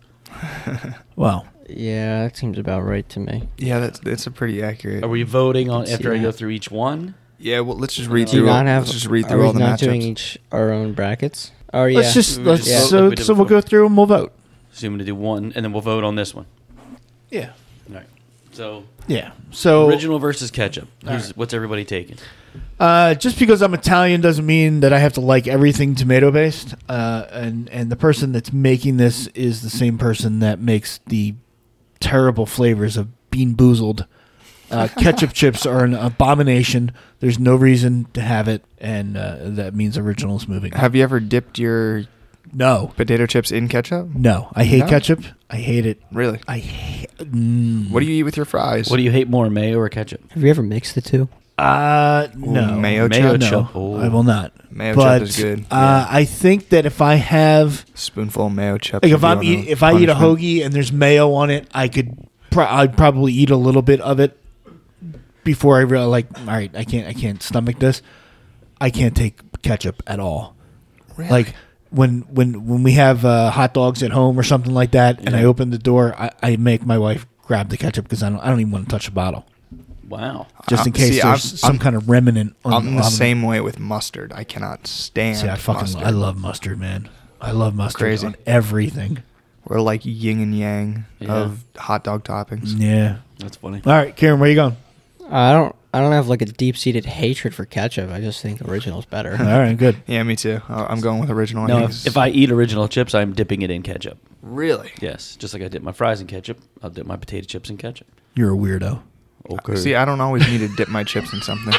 S7: Wow.
S3: Yeah, that seems about right to me.
S5: Yeah, that's that's a pretty accurate.
S6: Are we voting on
S3: see
S6: after I go
S3: that.
S6: through each one?
S5: yeah, well, let's just read
S3: Do you
S5: through.
S3: not
S5: All,
S3: have?
S5: let's just read
S3: are
S5: through
S3: we
S5: all the
S3: not
S5: matchups.
S3: doing each our own brackets? Oh yeah.
S7: Let's just
S6: We
S7: let's
S6: just vote
S7: so
S6: like we did
S7: so we'll go
S6: before.
S7: through and we'll vote.
S6: So I'm going to do one, and then we'll vote on this one.
S7: Yeah.
S6: All right. So
S7: Yeah. So
S6: original versus ketchup. Who's, What's everybody taking?
S7: Uh, just because I'm Italian doesn't mean that I have to like everything tomato based. Uh, and and the person that's making this is the same person that makes the terrible flavors of Bean Boozled. Uh, ketchup chips are an abomination. There's no reason to have it, and uh, that means originals moving. on.
S5: Have you ever dipped your
S7: No,
S5: potato chips in ketchup?
S7: no, I hate
S5: No.
S7: ketchup. I hate it.
S5: Really?
S7: I hate. Mm,
S5: What do you eat with your fries?
S6: Mm-hmm. What do you hate more, mayo or ketchup?
S3: Have you ever mixed the two?
S7: uh, no,
S5: mayo
S6: Mayo
S5: chop?
S7: No,
S6: chop. Oh.
S7: I will not.
S5: Mayo
S7: but,
S5: chop is good.
S7: Uh, I think that if I have
S5: Spoonful of mayo chip.
S7: Like
S5: should
S7: if
S5: be
S7: I'm
S5: on
S7: eat,
S5: the
S7: if I eat a
S5: punishment.
S7: hoagie and there's mayo on it, I could pro- I'd probably eat a little bit of it before I real like all right, I can't I can't stomach this. I can't take ketchup at all. Like when when when we have uh, hot dogs at home or something like that, and I open the door, I, I make my wife grab the ketchup because I don't I don't even want to touch the bottle
S6: Wow.
S7: just
S5: Uh,
S7: in case
S5: see,
S7: there's
S5: I'm-
S7: some
S5: I'm-
S7: kind of remnant. On
S5: I'm the
S7: on-
S5: same way with mustard. I cannot stand.
S7: Um, See, I fucking
S5: mustard.
S7: I love mustard, man. I love mustard
S5: Crazy.
S7: on everything.
S5: We're like yin and yang
S6: Yeah.
S5: of hot dog toppings.
S7: Yeah.
S6: That's funny.
S7: All right, Karen, where you going?
S3: I don't. I don't have like a deep seated hatred for ketchup. I just think original's
S7: All
S3: better.
S7: right, good.
S5: Yeah, me too. I- I'm going with original.
S6: No,
S5: onions.
S6: if, if I eat original chips, I'm dipping it in ketchup.
S5: really
S6: Yes, just like I dip my fries in ketchup, I'll dip my potato chips in ketchup.
S7: You're a weirdo.
S6: Okay.
S5: see, I don't always need to dip my chips in something.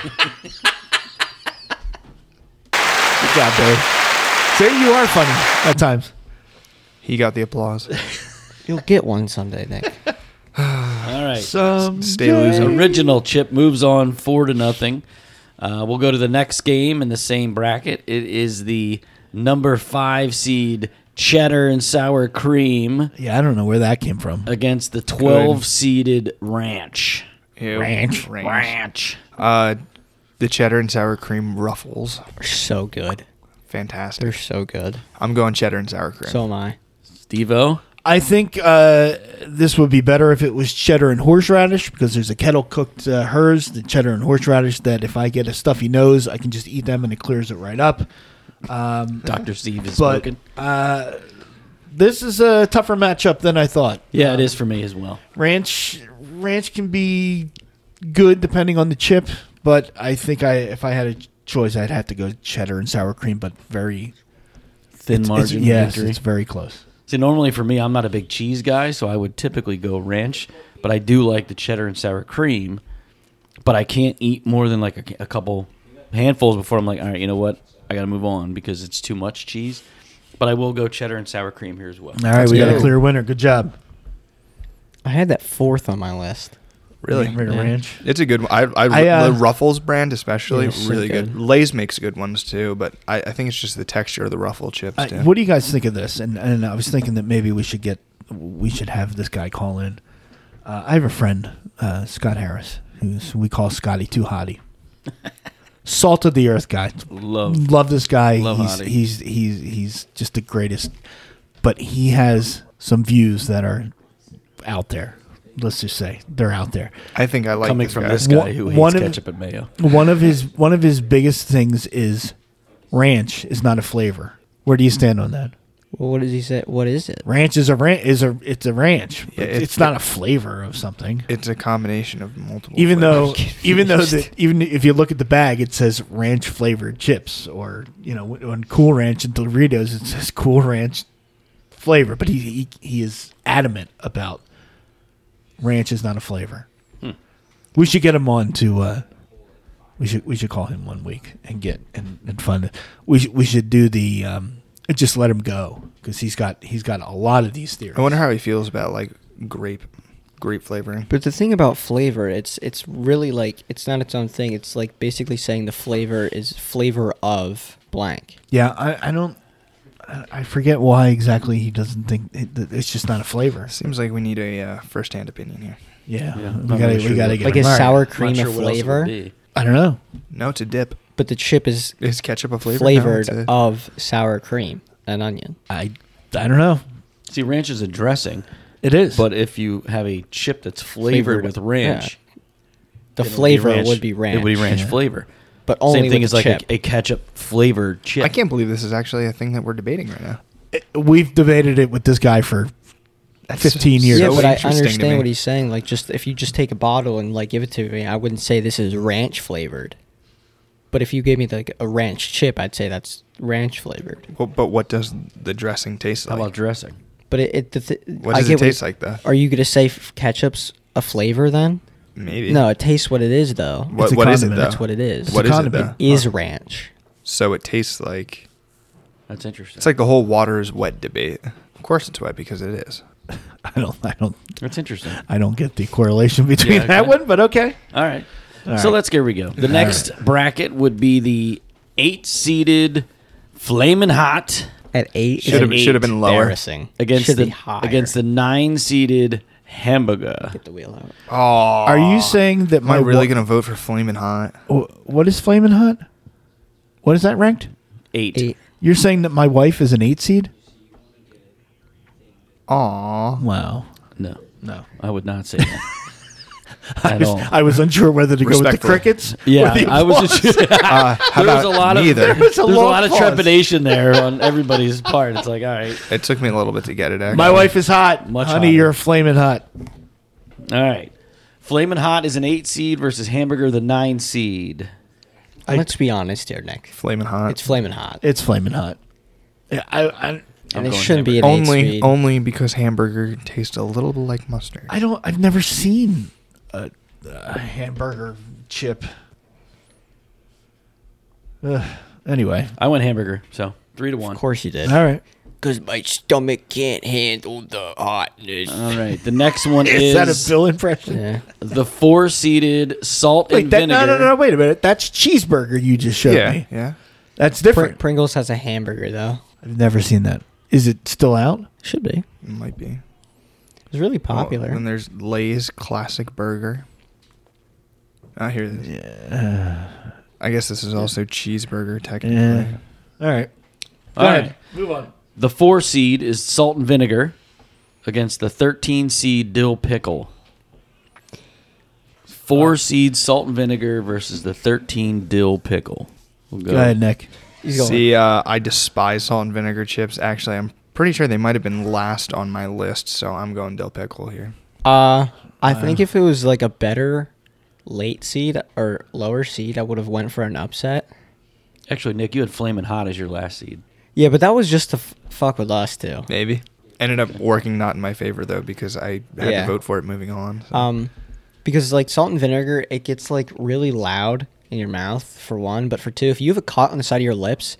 S7: Good job, Billy. See, you are funny at times.
S5: He got the applause.
S3: You'll get one someday, Nick.
S6: All right.
S5: Stay losing.
S6: original chip moves on four to nothing. Uh, we'll go to the next game in the same bracket. It is the number five seed cheddar and sour cream
S7: Yeah, I don't know where that came from.
S6: against the twelve seeded ranch.
S5: Ew.
S7: Ranch.
S6: Ranch.
S5: Uh, the cheddar and sour cream ruffles.
S3: They're so good. They're
S5: Fantastic.
S3: so good.
S5: I'm going cheddar and sour cream.
S3: So am I.
S6: Stevo.
S7: I think uh, this would be better if it was cheddar and horseradish because there's a kettle cooked uh, hers, the cheddar and horseradish. That if I get a stuffy nose, I can just eat them and it clears it right up. Um,
S6: Dr. Steve is
S7: But
S6: smoking.
S7: uh, this is a tougher matchup than I thought.
S6: Yeah, it is for me as well.
S7: Ranch ranch can be good depending on the chip, but I think I if I had a choice, I'd have to go cheddar and sour cream, but very
S6: Thin
S7: it's-
S6: margin
S7: It's, yes,
S6: victory.
S7: it's very close.
S6: See, normally for me, I'm not a big cheese guy, so I would typically go ranch, but I do like the cheddar and sour cream. But I can't eat more than like a, a couple handfuls before I'm like, all right, you know what? I got to move on because it's too much cheese. But I will go cheddar and sour cream here as well.
S7: All right, we got a
S5: go.
S7: clear winner. Good job.
S3: I had that fourth on my list.
S5: really,
S7: Yeah, Ritter Ranch.
S5: it's a good one. I, I,
S7: I, uh,
S5: the Ruffles brand especially
S3: Yeah, so
S5: really good.
S3: good.
S5: Lay's makes good ones too, but I, I think it's just the texture of the ruffle chips.
S7: I-
S5: too.
S7: Uh, what do you guys think of this? And and I was thinking that maybe we should get we should have this guy call in. Uh, I have a friend, uh, Scott Harris, who's we call Scotty Too Hottie. Salt of the earth guy.
S6: Love.
S7: Love this guy.
S6: Love
S7: he's,
S6: Hottie.
S7: he's he's he's just the greatest. But he has some views that are out there. Let's just say they're out there.
S5: I think I like
S6: Coming
S5: this
S6: from
S5: guy.
S6: this
S7: One-
S6: guy who hates
S7: one of-
S6: ketchup and mayo.
S7: One of his one of his biggest things is ranch is not a flavor. Where do you stand on that?
S3: Well, what does he say? What is it?
S7: Ranch is a ranch is a it's a ranch. but
S5: Yeah,
S7: it's,
S5: it's-
S7: not a flavor of something.
S5: It's a combination of multiple.
S7: Even though
S5: flavors.
S7: even though the, even if you look at the bag, it says ranch flavored chips, or you know w- on Cool Ranch and Doritos, it says Cool Ranch flavor. But he he, he is adamant about ranch is not a flavor. We should get him on to. Uh, we should we should call him one week and get and and fund it. We should we should do the um, just let him go because he's got he's got a lot of these theories.
S5: I wonder how he feels about like grape, grape flavoring.
S3: But the thing about flavor, it's it's really like it's not its own thing. It's like basically saying the flavor is flavor of blank.
S7: Yeah, I, I don't. I I forget why exactly he doesn't think it, that it's just not a flavor.
S5: Seems like we need a uh, first-hand opinion here.
S7: Yeah,
S6: Yeah,
S7: we
S6: not
S7: gotta
S6: really
S7: we
S6: sure
S7: gotta
S6: what-
S7: get
S3: Like
S7: him.
S3: is
S7: All right.
S3: sour
S6: Not
S3: cream
S6: sure
S3: a
S6: what else it would
S3: flavor?
S6: be.
S7: I don't know.
S5: No, it's a dip.
S3: But the chip is
S5: Is ketchup a flavor? No, it's
S3: flavored
S5: a-
S3: of sour cream and onion.
S7: I I don't know.
S6: See, ranch is a dressing,
S7: It is,
S6: but if you have a chip that's flavored,
S3: Flavored,
S6: with ranch,
S3: The
S6: it would be
S3: flavor would be ranch.
S6: It would be ranch
S7: Yeah.
S6: flavor.
S3: But only
S6: Same thing
S3: with
S6: as
S3: the
S6: like
S3: chip.
S6: a, a ketchup flavored chip.
S5: I can't believe this is actually a thing that we're debating right now.
S7: It- we've debated it with this guy for.
S5: That's
S7: 15 years.
S3: yeah,
S7: so
S3: but I
S5: interesting to me.
S3: understand what he's saying. Like, just if you just take a bottle and like give it to me, I wouldn't say this is ranch flavored. But if you gave me like a ranch chip, I'd say that's ranch flavored.
S5: Well, but what does the dressing taste
S6: How
S5: like?
S6: about dressing?
S3: But it, it the th-
S5: what
S3: I
S5: does it
S3: get what-
S5: taste like though?
S3: Are you gonna say f- ketchup's a flavor then?
S5: Maybe.
S3: No, it tastes what it is though.
S5: What,
S7: It's a
S5: what is it though?
S7: condiment.
S3: That's what it is.
S5: What
S7: a
S5: is
S7: condiment.
S5: it though?
S3: is ranch.
S5: So it tastes like
S6: That's interesting.
S5: it's like the whole water is wet debate. Of course it's wet because it is.
S7: I don't. I don't.
S6: That's interesting.
S7: I don't get the correlation between
S6: okay.
S7: that one, but okay.
S6: All right.
S7: All
S6: so
S7: right.
S6: let's here we go. The next bracket would be the eight seeded Flamin' Hot
S3: At eight,
S5: Should have
S6: eight.
S5: should have been lower.
S3: embarrassing.
S6: against
S3: Should
S6: the
S3: be higher.
S6: against the nine seeded Hamburger.
S3: Get the wheel out.
S5: Oh, are
S7: Are you saying that
S5: Am I
S7: my
S5: really
S7: wa-
S5: gonna vote for Flamin' Hot?
S7: wh- What is Flamin' Hot? What is that ranked?
S6: Eight.
S3: Eight.
S7: You're saying that my wife is an eight seed?
S5: Aw.
S7: Wow.
S6: No,
S7: No.
S6: I would not say that.
S7: I
S6: At
S7: was,
S6: all.
S7: I was unsure whether to go with the
S5: Respectfully.
S7: crickets.
S6: Yeah,
S7: or the
S6: I was
S7: applause.
S6: just
S5: Uh, how
S6: there
S5: about
S6: was a lot of
S5: neither?
S6: there was a,
S7: There's a long
S6: lot of
S7: pause.
S6: trepidation there on everybody's part. It's like, all right,
S5: it took me a little bit to get it. Actually.
S7: My wife is hot.
S6: Much
S7: Honey,
S6: hotter.
S7: you're flaming hot.
S6: all right. Flamin' Hot is an eight seed versus Hamburger the nine seed.
S3: Let's be honest here, Nick.
S5: flaming hot.
S3: It's flaming hot,
S7: It's flaming hot. Yeah, I, I,
S3: and it
S6: going
S3: shouldn't be an eight
S5: only
S3: speed.
S5: only because hamburger tastes a little like mustard.
S7: I don't. I've never seen a, a hamburger chip. Ugh. Anyway,
S6: I went Hamburger, so three to one.
S3: Of course you did.
S7: all right.
S3: Because my stomach can't handle the hotness.
S6: All right, the next one is,
S7: Is that a Bill impression?
S3: yeah.
S6: the four seeded salt
S7: Wait,
S6: and
S7: that, no,
S6: vinegar.
S7: no, no. Wait a minute. That's cheeseburger you just showed
S5: yeah,
S7: me.
S5: yeah.
S7: That's
S3: Pr-
S7: different.
S3: Pringles has a hamburger though.
S7: I've never seen that. Is it still out?
S3: Should be.
S5: It might be
S3: It's really
S5: Well,
S3: popular.
S5: Then there's Lay's classic burger. I hear this. I guess this is also cheeseburger technically.
S7: Yeah. All right.
S6: All right,
S7: Move on.
S6: the four seed is salt and vinegar against the thirteen seed dill pickle.
S7: Uh,
S6: Four seed salt and vinegar versus the thirteen dill pickle. We'll
S7: Go ahead, Nick.
S3: He's going-
S5: See, uh, I despise salt and vinegar chips. Actually, I'm pretty sure they might have been last on my list, so I'm going dill pickle here.
S3: Uh, I think if it was like a better late seed or lower seed, I would have went for an upset.
S6: Actually, Nick, you had Flamin' Hot as your last seed.
S3: Yeah, but that was just to f- fuck with us too.
S5: Maybe. Ended up working not in my favor though because I had
S3: Yeah.
S5: to vote for it moving on. so.
S3: Um, because like salt and vinegar, it gets like really loud in your mouth for one, but for two, if you have it caught on the side of your lips,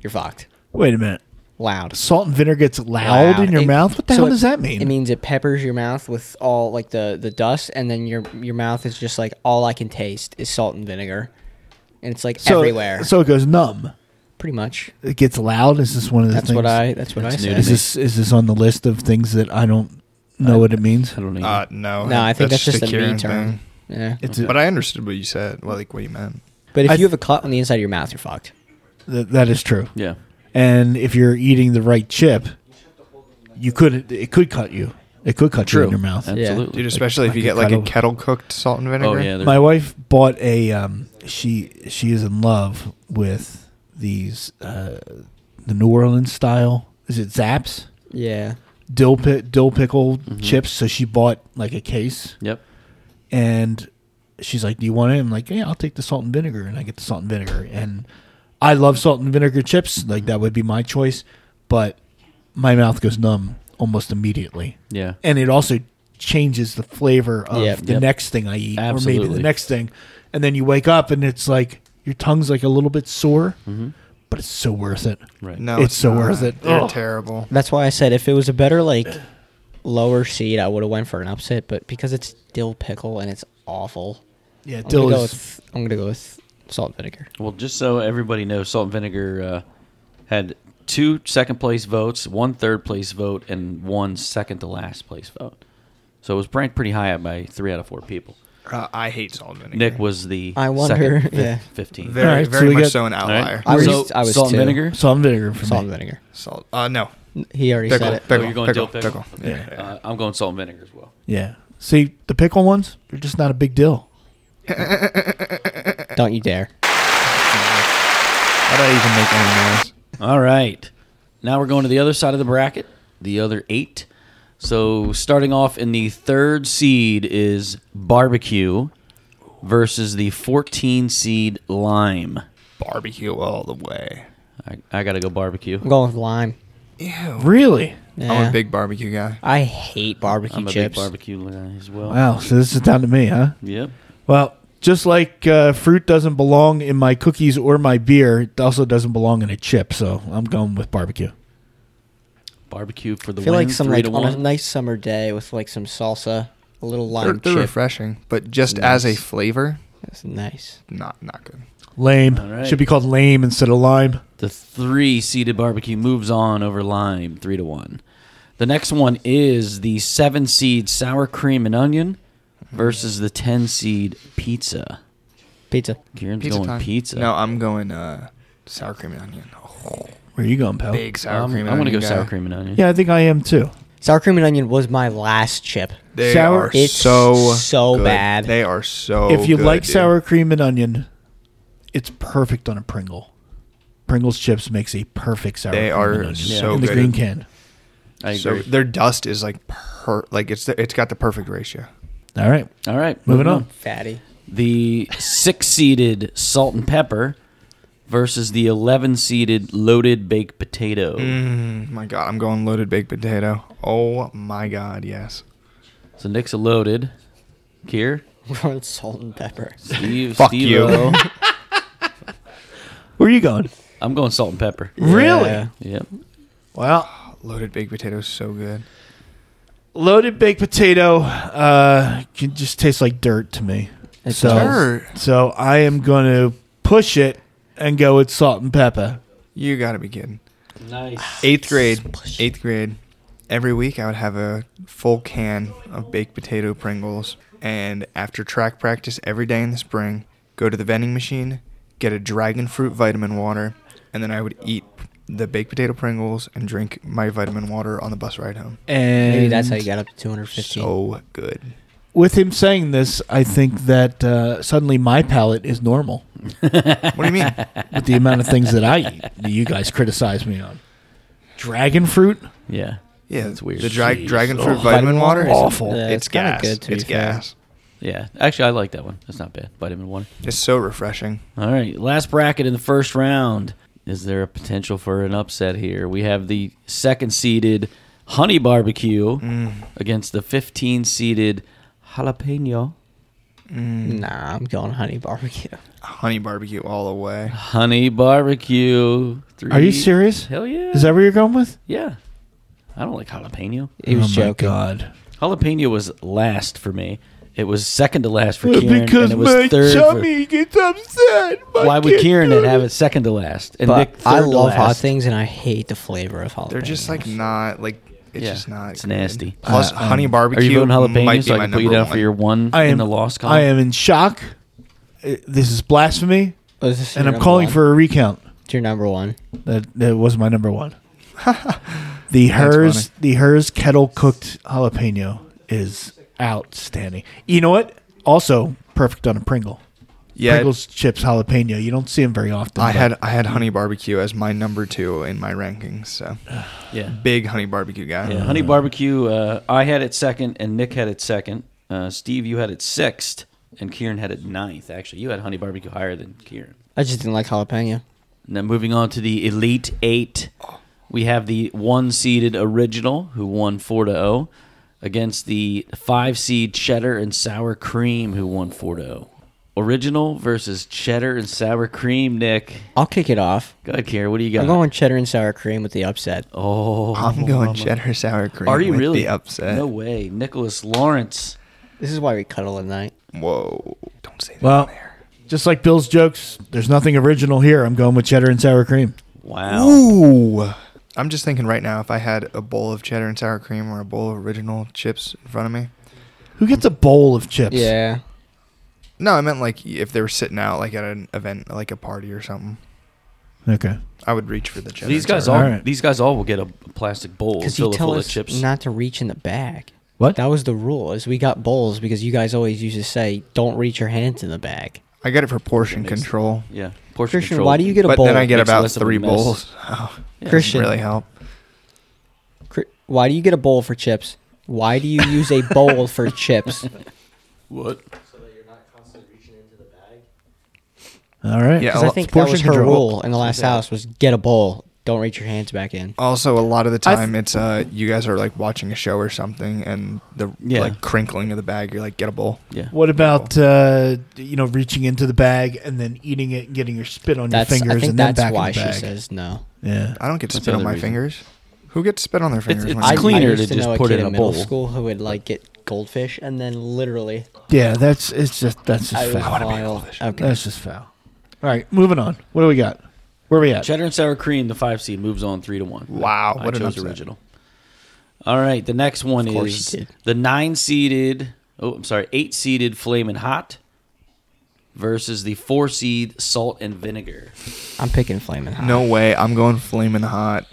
S3: you're fucked.
S7: Wait a minute.
S3: Loud.
S7: Salt and vinegar gets loud, in your
S3: It-
S7: mouth. What the
S3: so
S7: hell
S3: it-
S7: does that mean?
S3: It means it peppers your mouth with all like the the dust, and then your your mouth is just like all I can taste is salt and vinegar, and it's like
S7: so,
S3: everywhere,
S7: So it goes numb.
S3: pretty much.
S7: It gets loud. Is this one of the
S3: That's
S7: things?
S3: what I. That's what I
S6: new
S3: said.
S6: to
S7: Is this is this on the list of things that I don't know what it means?
S6: I don't know.
S5: Uh, no.
S3: No, I think that's, just,
S5: the
S3: a me
S5: Kieran
S3: term.
S5: thing.
S3: Yeah.
S7: It's
S5: But I understood what you said, well, like what you meant.
S3: But if
S7: I
S3: you have a clot on the inside of your mouth, you're fucked.
S7: th- that is true.
S6: yeah.
S7: And if you're eating the right chip, you could it could cut you. It could cut you in your mouth.
S6: Absolutely.
S5: Dude, especially if you
S7: like
S5: get
S7: a
S5: like a kettle
S7: kettle-
S5: cooked salt and vinegar.
S6: oh yeah.
S7: My wife bought a um, she she is in love with these uh, the New Orleans style. Is it Zaps?
S3: Yeah.
S7: Dill pi- dill pickle
S3: Mm-hmm.
S7: chips. So she bought like a case
S6: yep.
S7: and she's like, "Do you want it?" I'm like, "Yeah, I'll take the salt and vinegar." And I get the salt and vinegar, and I love salt and vinegar chips. Like that would be my choice, but my mouth goes numb almost immediately,
S6: Yeah.
S7: and it also changes the flavor of
S3: Yep.
S7: the
S6: Yep.
S7: next thing I eat, or maybe
S6: Absolutely.
S7: the next thing, and then you wake up and it's like your tongue's like a little bit sore,
S3: Mm-hmm.
S7: but it's so worth it.
S6: Right.
S5: No,
S7: It's so worth
S5: not.
S7: it.
S5: They're
S7: Ugh.
S5: terrible.
S3: That's why I said if it was a better like lower seed, I would have went for an upset. But because it's dill pickle and it's awful,
S7: Yeah,
S3: I'm gonna
S7: dill
S3: go
S7: is
S3: with, I'm gonna go with salt and vinegar.
S6: Well, just so everybody knows, salt and vinegar uh, had two second place votes, one third place vote, and one second to last place vote. So it was ranked pretty high up by three out of four people.
S5: Uh, I hate salt and vinegar.
S6: Nick was the
S3: I wonder,
S6: second, fifth,
S3: yeah.
S6: fifteen.
S5: very,
S7: All right,
S5: very
S7: so we
S5: much
S7: got-
S5: so an
S6: All
S5: outlier.
S6: right.
S3: I was-
S6: So,
S3: I was
S6: salt
S3: two.
S6: and vinegar.
S7: salt and vinegar for
S3: Salt
S7: me.
S3: and vinegar.
S5: Salt. Uh, no,
S3: N- He already
S5: pickle,
S3: said it.
S5: pickle,
S6: Oh, you're going
S5: pickle,
S6: dill pickle?
S5: pickle. Yeah.
S6: Uh, I'm going salt and vinegar as well.
S7: Yeah, see the pickle ones, they're just not a big deal.
S3: Don't you dare.
S5: How did I even make any noise?
S6: All right. Now we're going to the other side of the bracket, the other eight. So starting off in the third seed is barbecue versus the 14 seed lime.
S5: Barbecue all the way.
S6: I, I got to go barbecue.
S3: I'm going with lime.
S7: Really?
S5: I'm
S3: Yeah.
S6: Eh.
S5: a big barbecue guy.
S3: I hate barbecue
S6: I'm a big
S3: chips.
S6: barbecue guy as well.
S7: Wow, so this is down to me, huh?
S6: Yep.
S7: Well, just like uh, fruit doesn't belong in my cookies or my beer, it also doesn't belong in a chip. So I'm going with barbecue.
S6: Barbecue for the
S3: I feel
S6: win.
S3: like some
S6: three
S3: like
S6: to
S3: on
S6: one.
S3: a nice summer day with like some salsa, a little
S5: They're,
S3: lime
S5: they're
S3: chip.
S5: refreshing, but just as a flavor,
S3: That's nice.
S5: not not good.
S7: Lame
S6: All right.
S7: should be called lame instead of lime.
S6: The three seeded barbecue moves on over lime, three to one. The next one is the seven seed sour cream and onion versus the ten seed pizza.
S3: Pizza.
S6: Kieran's
S5: Pizza
S6: going
S5: time.
S6: pizza.
S5: No, I'm going uh, sour cream and onion. Oh,
S7: Where are you going, pal?
S5: big sour
S6: I'm,
S5: cream.
S6: Um, I'm
S5: and
S6: gonna go
S5: onion guy.
S6: sour cream and onion.
S7: Yeah, I think I am too.
S3: Sour cream and onion was my last chip.
S5: They
S7: Sour-
S5: are
S3: It's
S5: so
S3: so
S5: good.
S3: bad.
S5: They are so.
S7: if you
S5: Oh, good,
S7: like
S5: dude.
S7: sour cream and onion, it's perfect on a Pringle. Pringles chips makes a perfect sour
S5: They
S7: cream
S5: are
S7: and onion
S5: so
S7: in the
S5: good.
S7: green can.
S6: I
S5: so
S6: agree.
S5: their dust is like per like it's it's got the perfect ratio.
S7: All right,
S6: All right,
S7: moving on.
S3: Fatty.
S6: The six-seeded salt and pepper versus the eleven-seeded loaded baked potato.
S5: Mm. My God, I'm going loaded baked potato. Oh my God, yes.
S6: So Nick's a loaded. Kier,
S3: We're on salt and pepper.
S6: Steve,
S5: Fuck
S6: Steve
S5: you.
S7: Where are you going?
S6: I'm going salt and pepper.
S7: Really?
S3: Yeah.
S6: Yep.
S7: Well,
S5: Loaded baked potato is so good.
S7: loaded baked potato uh, can just taste like dirt to me.
S3: It's
S7: So-
S3: all-
S5: Dirt.
S7: So I am going to push it and go with salt and pepper.
S5: You gotta be kidding.
S6: Nice.
S5: Eighth grade, eighth grade. Every week I would have a full can of baked potato Pringles, and after track practice every day in the spring, go to the vending machine, get a dragon fruit vitamin water, and then I would eat the baked potato Pringles and drink my vitamin water on the bus ride home.
S7: And
S3: Maybe that's how you got up to 215.
S5: So good.
S7: With him saying this, I think that uh, suddenly my palate is normal
S5: What do you mean?
S7: with the amount of things that I eat that you guys criticize me on. Dragon fruit?
S6: Yeah.
S5: Yeah,
S6: That's weird.
S5: The dra-
S6: Jeez. Oh,
S5: dragon fruit
S7: Ugh.
S5: vitamin water is
S7: Awful.
S3: Yeah,
S5: it's
S3: it's kinda
S5: gas.
S3: good, to be
S5: it's
S3: fair.
S5: gas.
S6: Yeah. Actually, I like that one. That's not bad. Vitamin one.
S5: It's so refreshing.
S6: All right. Last bracket in the first round. Is there a potential for an upset here? We have the second seeded honey barbecue
S7: Mm.
S5: Mm,
S6: against the 15 seeded jalapeno.
S3: Nah, I'm going honey barbecue.
S5: Honey barbecue all the way.
S6: Honey barbecue. Three.
S7: Are you serious?
S6: Hell yeah.
S7: Is that where you're going with?
S6: yeah. I don't like jalapeno.
S3: He was
S7: oh my
S3: joking.
S7: god.
S6: Jalapeno was last for me. It was second to last for Kieran. and it was third for-
S7: gets upset.
S6: why would Kieran then have it second to last? And
S3: But
S6: Nick third
S3: I
S6: to
S3: love
S6: last?
S3: hot things and I hate the flavor of jalapenos.
S5: They're just like not like it's
S6: Yeah,
S5: just not.
S6: it's
S5: good.
S6: nasty. Uh, um,
S5: Plus, honey
S6: Are
S5: barbecue.
S6: you voting
S5: might be
S6: jalapeno so I
S5: my
S6: can put you
S5: number
S6: down
S5: one.
S6: for your one
S7: I am
S6: in the lost column?
S7: I am in shock. Uh, This is blasphemy,
S3: Oh, is this your
S7: and I'm
S3: number
S7: calling
S3: one?
S7: for a recount.
S3: It's your number one.
S7: That that was my number one. the hers the hers kettle cooked jalapeno is outstanding. You know what? Also perfect on a Pringle.
S5: yeah.
S7: Pringles chips jalapeno. You don't see them very often.
S5: I
S7: but
S5: had I had honey barbecue as my number two in my rankings. So
S6: Yeah.
S5: big honey barbecue guy.
S6: yeah. Honey barbecue, uh, I had it second, and Nick had it second. Uh, Steve, you had it sixth, and Kieran had it ninth. Actually, you had honey barbecue higher than Kieran.
S3: I just didn't like jalapeno.
S6: Now, moving on to the Elite Eight, we have the one seeded original who won 4 to 0 against the five seed cheddar and sour cream who won 4 to 0. Original versus cheddar and sour cream, Nick.
S3: I'll kick it off.
S6: Go ahead, Kier. What do you got?
S3: I'm going cheddar and sour cream with the upset.
S6: oh,
S5: I'm going cheddar sour cream.
S6: are you
S5: with
S6: really
S5: the upset?
S6: No way. Nicholas Lawrence.
S3: This is why we cuddle at night.
S5: Whoa! Don't say that.
S7: Well-
S5: on there.
S7: just like Bill's jokes. There's nothing original here. I'm going with cheddar and sour cream.
S6: Wow.
S5: Ooh. I'm just thinking right now if I had a bowl of cheddar and sour cream or a bowl of original chips in front of me.
S7: Who gets a bowl of chips?
S3: Yeah.
S5: No, I meant like if they were sitting out like at an event, like a party or something.
S7: Okay.
S5: I would reach for the cheddar.
S6: These
S5: and
S6: guys
S5: sour
S6: all,
S7: All right.
S6: these guys all will get a plastic bowl
S3: Because
S6: filled
S3: you tell
S6: full of
S3: us
S6: chips.
S3: not to reach in the bag.
S7: What?
S3: That was the rule. Is we got bowls because you guys always used to say, "Don't reach your hands in the bag."
S5: I get it for portion control,
S6: yeah. Portion
S3: Christian,
S6: control.
S3: why do you get a
S5: but
S3: bowl?
S5: then I get
S6: makes
S5: about
S6: less of a
S5: three
S6: mess.
S5: bowls. Oh,
S3: Christian,
S5: really help.
S3: Cr- why do you get a bowl for chips? Why do you use a bowl for chips?
S6: What?
S7: All right.
S5: Yeah.
S3: Because I
S5: Well,
S3: think
S7: it's
S3: that
S7: portion
S3: was her
S7: control.
S3: rule in the last house was get a bowl. Don't reach your hands back in.
S5: Also, a lot of the
S7: I th-
S5: time, it's uh, you guys are like watching a show or something, and the
S6: Yeah.
S5: like crinkling of the bag, you're like, get a bowl.
S6: Yeah.
S7: What about uh, you know reaching into the bag and then eating it, and getting your spit on
S3: That's
S7: your
S3: I
S7: fingers,
S3: think
S7: and then
S3: that's
S7: back
S3: why
S7: in the
S3: she
S7: bag?
S3: says no.
S7: yeah.
S5: I don't get
S6: That's
S5: spit on
S6: another
S5: my
S6: reason.
S5: fingers. Who gets spit on their fingers?
S6: it's
S5: when you-
S3: I-
S6: clean. cleaner
S3: I used
S6: to just
S3: know
S6: put
S3: a
S6: it
S3: kid
S6: in a
S3: middle
S6: bowl.
S3: school who would like get goldfish and then literally
S7: Yeah. That's it's just that's
S3: I
S7: just
S3: would
S7: foul.
S3: file. Okay.
S7: That's just foul. All right. Moving on. What do we got? Where are we at?
S6: Cheddar and sour cream, the five seed moves on three to one.
S5: Wow,
S6: I
S5: what an
S6: chose
S5: upset.
S6: original. All right, the next one
S3: course
S6: is
S3: you did.
S6: the nine seeded. Oh, I'm sorry, eight seeded Flamin' Hot versus the four seed Salt and Vinegar.
S3: I'm picking flaming hot.
S5: No way. I'm going flaming hot.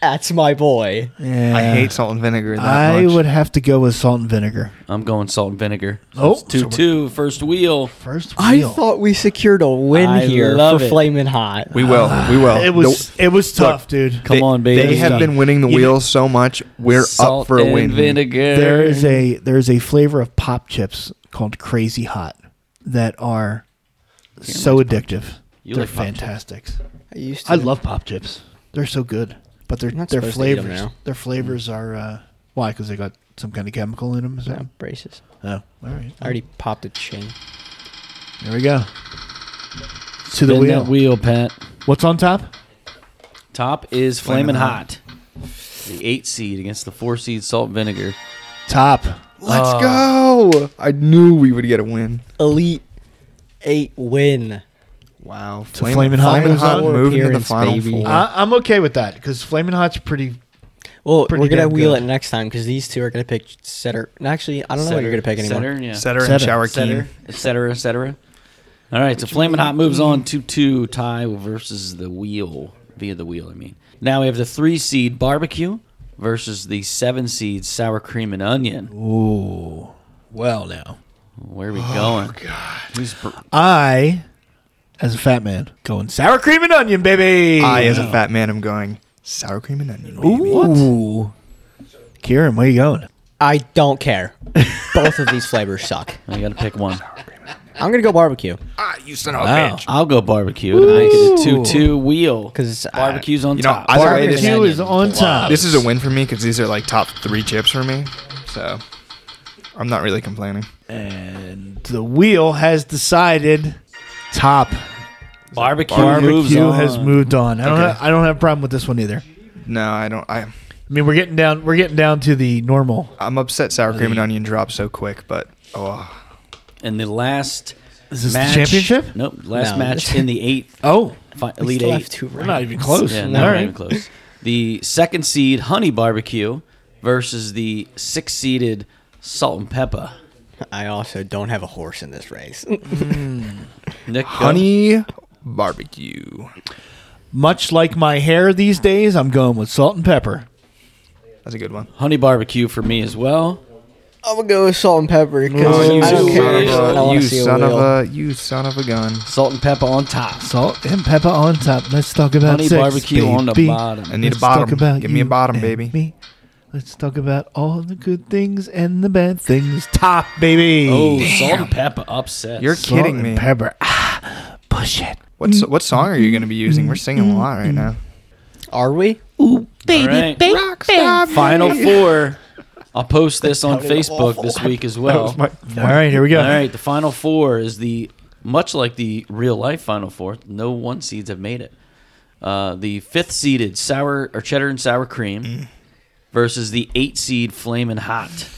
S3: That's my boy.
S7: Yeah.
S5: I hate salt and vinegar that
S7: I
S5: much.
S7: would have to go with salt and vinegar.
S6: I'm going salt and vinegar.
S7: Oh,
S6: it's two two first wheel.
S7: First
S3: I
S7: wheel.
S3: thought we secured a win
S6: I
S3: here
S6: love
S3: for
S6: it.
S3: Flamin' Hot.
S5: we will. We will.
S7: it was it was tough, dude.
S6: Come
S5: They-
S6: on, baby.
S5: They have been winning the
S7: You-
S5: wheel so much. We're
S6: salt
S5: up for a
S6: and
S5: win.
S6: Vinegar.
S7: There is a there is a flavor of pop chips called Crazy Hot that are so addictive.
S6: You
S7: they're
S6: like pop chips?
S7: fantastic.
S3: I used to.
S7: I love pop chips. They're so good, but their
S3: You're not
S7: their
S3: supposed to eat 'em
S7: flavors
S3: now.
S7: their flavors are uh, why? Because they got some kind of chemical in them. Is that?
S3: No, braces.
S7: Oh, all right.
S3: I already popped a chin.
S7: There we go. To the
S6: Bend
S7: wheel.
S6: that wheel, Pat.
S7: What's on top?
S6: Top is flaming
S5: Flamin'
S6: hot. The eight seed against the four seed salt and vinegar.
S7: Top.
S5: Let's go. I knew we would get a win.
S3: Elite eight win.
S5: Wow. Ah,
S7: Flamin' Hot moves
S5: Hot
S7: on.
S5: moved into the
S3: Appearance,
S5: final
S3: baby.
S5: four.
S7: I, I'm okay with that because Flamin' Hot's pretty.
S3: Well,
S7: Pretty
S3: we're gonna
S7: damn
S3: wheel
S7: good.
S3: it next time because these two are gonna pick setter. no, Actually, I don't know what you're gonna pick anymore.
S6: Setter, yeah.
S5: Setter and
S7: Setter.
S5: Shower
S6: Setter, et cetera, et cetera. All right, so Flamin' Hot moves on 2 2 tie versus the wheel, via the wheel, I mean. Now we have the three seed barbecue versus the seven seed sour cream and onion.
S7: Ooh. Well, now
S6: Where are we going? God. Who's br-
S7: I, as a fat man, going sour cream and onion, baby.
S5: I, as a fat man, am going sour cream and onion. baby.
S7: Ooh. Kieran, where you going?
S3: I don't care. Both of these flavors suck.
S6: I got to pick one. Oh,
S3: I'm gonna go barbecue
S5: Ah, you son of a bitch.
S6: I'll go barbecue. and I get a 2 2 wheel.
S3: because
S6: Barbecue's on
S5: You know,
S6: top.
S5: I- Either way,
S3: this-
S7: Barbecue is on top.
S5: This is a win for me because these are like top three chips for me. So I'm not really complaining.
S7: and the wheel has decided. Top
S6: barbecue, moves
S7: barbecue
S6: on.
S7: has moved on. I don't.
S5: Okay.
S7: Have, I don't have a problem with this one either.
S5: No, I don't. I
S7: I mean, we're getting down. We're getting down to the normal.
S5: I'm upset sour cream and onion dropped so quick, but oh,
S6: And the last
S7: Is this
S6: match.
S7: the championship?
S6: Nope, last
S3: No.
S6: match in the eighth,
S7: Oh,
S6: fi- elite
S3: still
S6: eight.
S3: have two
S7: we're
S3: rounds.
S7: not even close.
S6: Yeah,
S7: All
S6: no, not
S7: right.
S6: even close. The second seed honey barbecue versus the six seeded salt and pepper.
S3: I also don't have a horse in this race.
S6: Nick, go.
S5: honey barbecue.
S7: Much like my hair these days, I'm going with salt and pepper.
S5: That's a good one.
S6: honey barbecue for me as well.
S3: I'm gonna go with salt and pepper because
S5: you
S3: I don't
S5: son
S3: care.
S5: of
S3: I
S5: a,
S3: want
S5: you
S3: to see a
S5: son of
S3: wheel.
S5: a, you son of a gun.
S6: Salt and pepper on top.
S7: Salt and pepper on top. Let's talk about
S6: Honey
S7: sex,
S6: barbecue on the
S7: baby.
S6: bottom.
S5: I need
S7: Let's
S5: a bottom.
S7: talk about
S5: Give me a
S7: you
S5: bottom,
S7: and
S5: baby.
S7: me. Let's talk about all the good things and the bad things. Top, baby.
S6: Oh, salt and pepper upset.
S5: You're
S7: Salt
S5: kidding
S7: and
S5: me.
S7: Pepper. Ah, push it.
S5: What so- what song are you going to be using? We're singing a lot right now.
S3: Are we?
S6: baby, baby. Final four. I'll post this on
S3: That was
S6: Facebook this week as well.
S7: All right, here we go.
S6: All right, the final four is the much like the real life final four. No one seeds have made it. Uh, the fifth seeded sour or cheddar and sour cream
S5: Mm.
S6: versus the eight seed flaming hot.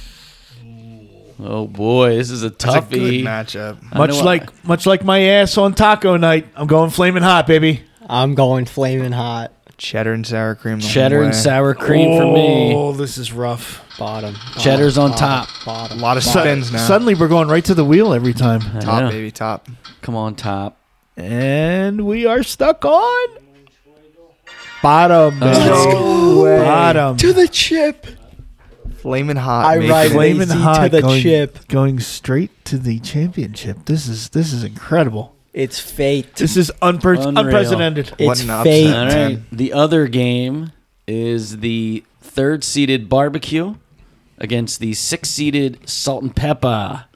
S6: Oh boy, this is a
S5: That's a good
S6: toughie.
S5: matchup.
S6: I
S7: Much
S6: know-
S7: like much like my ass on taco night, I'm going flaming hot, baby.
S3: I'm going flaming hot
S5: Cheddar and sour cream. the whole
S6: cheddar
S5: way.
S6: and sour cream for me.
S7: Oh, this is rough.
S3: bottom. bottom,
S6: Cheddar's on
S3: bottom,
S6: top.
S5: A
S3: Bottom.
S5: lot of spins now.
S7: Suddenly, we're going right to the wheel every time,
S6: I
S5: top
S6: know.
S5: baby top.
S6: Come on, top.
S7: and we are stuck on bottom. baby.
S6: Let's
S7: Bottom.
S3: To the chip.
S5: Flaming hot.
S3: I
S5: making
S3: ride
S5: it.
S7: Flamin'
S3: Lazy to
S7: hot
S3: the
S7: going,
S3: chip.
S7: going straight to the championship. This is this is incredible.
S3: It's fate.
S7: This is unpre-
S6: Unreal.
S7: unprecedented.
S5: What
S3: It's
S5: an upset.
S3: fate.
S6: All
S5: All
S6: right.
S5: Ten.
S6: The other game is the third seeded barbecue against the six seeded salt and pepper.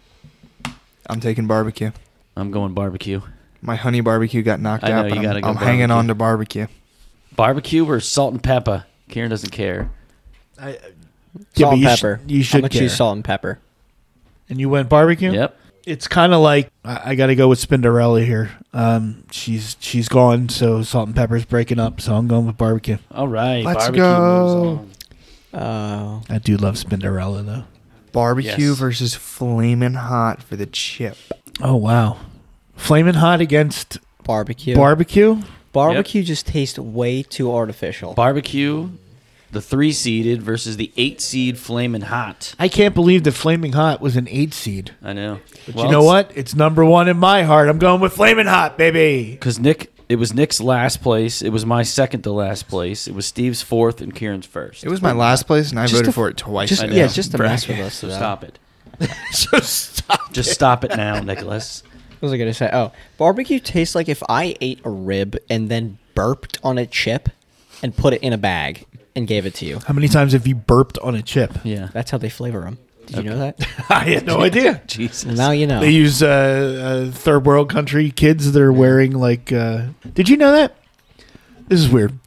S5: I'm taking barbecue.
S6: I'm going barbecue.
S5: My honey barbecue got knocked
S6: I know,
S5: out,
S6: you
S5: but
S6: gotta
S5: I'm,
S6: go
S5: I'm hanging
S6: barbecue.
S5: on to barbecue.
S6: Barbecue or salt and pepper? Kieran doesn't care.
S7: Yeah, but
S3: Salt and
S7: you
S3: pepper.
S7: should- you should
S3: I'm gonna
S7: care.
S3: choose salt and pepper.
S7: And you went barbecue.
S6: Yep.
S7: It's kind of like I, I got to go with Spinderella here. Um, she's she's gone, so Salt and Pepper's breaking up. So I'm going with barbecue.
S6: All right.
S5: Let's
S6: barbecue
S5: go.
S6: moves on.
S3: Oh,
S7: I do love Spinderella though.
S5: Barbecue
S6: Yes.
S5: versus flaming hot for the chip.
S7: Oh wow, flaming hot against
S3: barbecue.
S7: barbecue.
S3: barbecue just tastes way too artificial.
S6: Barbecue, the three seeded versus the eight seed flaming hot.
S7: I can't believe that flaming hot was an eight seed.
S6: I know. But
S7: you know what? It's number one in my heart. I'm going with flaming hot, baby.
S6: Because Nick, it It was Nick's last place. It was my second to last place. It was Steve's fourth and Kieran's first.
S5: It was my last place, and I
S3: Just
S5: voted
S3: a-
S5: for it twice.
S3: Just,
S5: now.
S3: yeah, just to mess with
S5: Bracket.
S3: us.
S6: so
S3: though.
S6: stop it. so stop. Just stop it now, Nicholas.
S3: What was I gonna say? Oh, barbecue tastes like if I ate a rib and then burped on a chip and put it in a bag and gave it to you.
S7: How many times have you burped on a chip?
S6: Yeah.
S3: That's how they flavor them. Did you know that?
S7: I had no idea.
S6: Jesus.
S3: Well, now you know.
S7: They use uh, uh, third world country kids that are wearing like. Uh, did you know that? This is weird.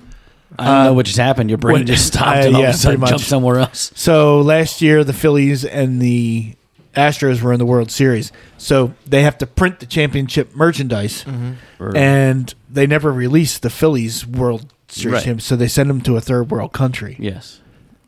S6: I don't know what just happened. Your brain
S7: when-
S6: just stopped
S7: Uh,
S6: and all
S7: yeah,
S6: of a sudden
S7: pretty much.
S6: jumped somewhere else.
S7: So last year, the Phillies and the Astros were in the World Series. So they have to print the championship merchandise,
S6: Mm-hmm.
S7: and they never released the Phillies World Series
S6: Right.
S7: champ- So they send them to a third world country.
S6: Yes.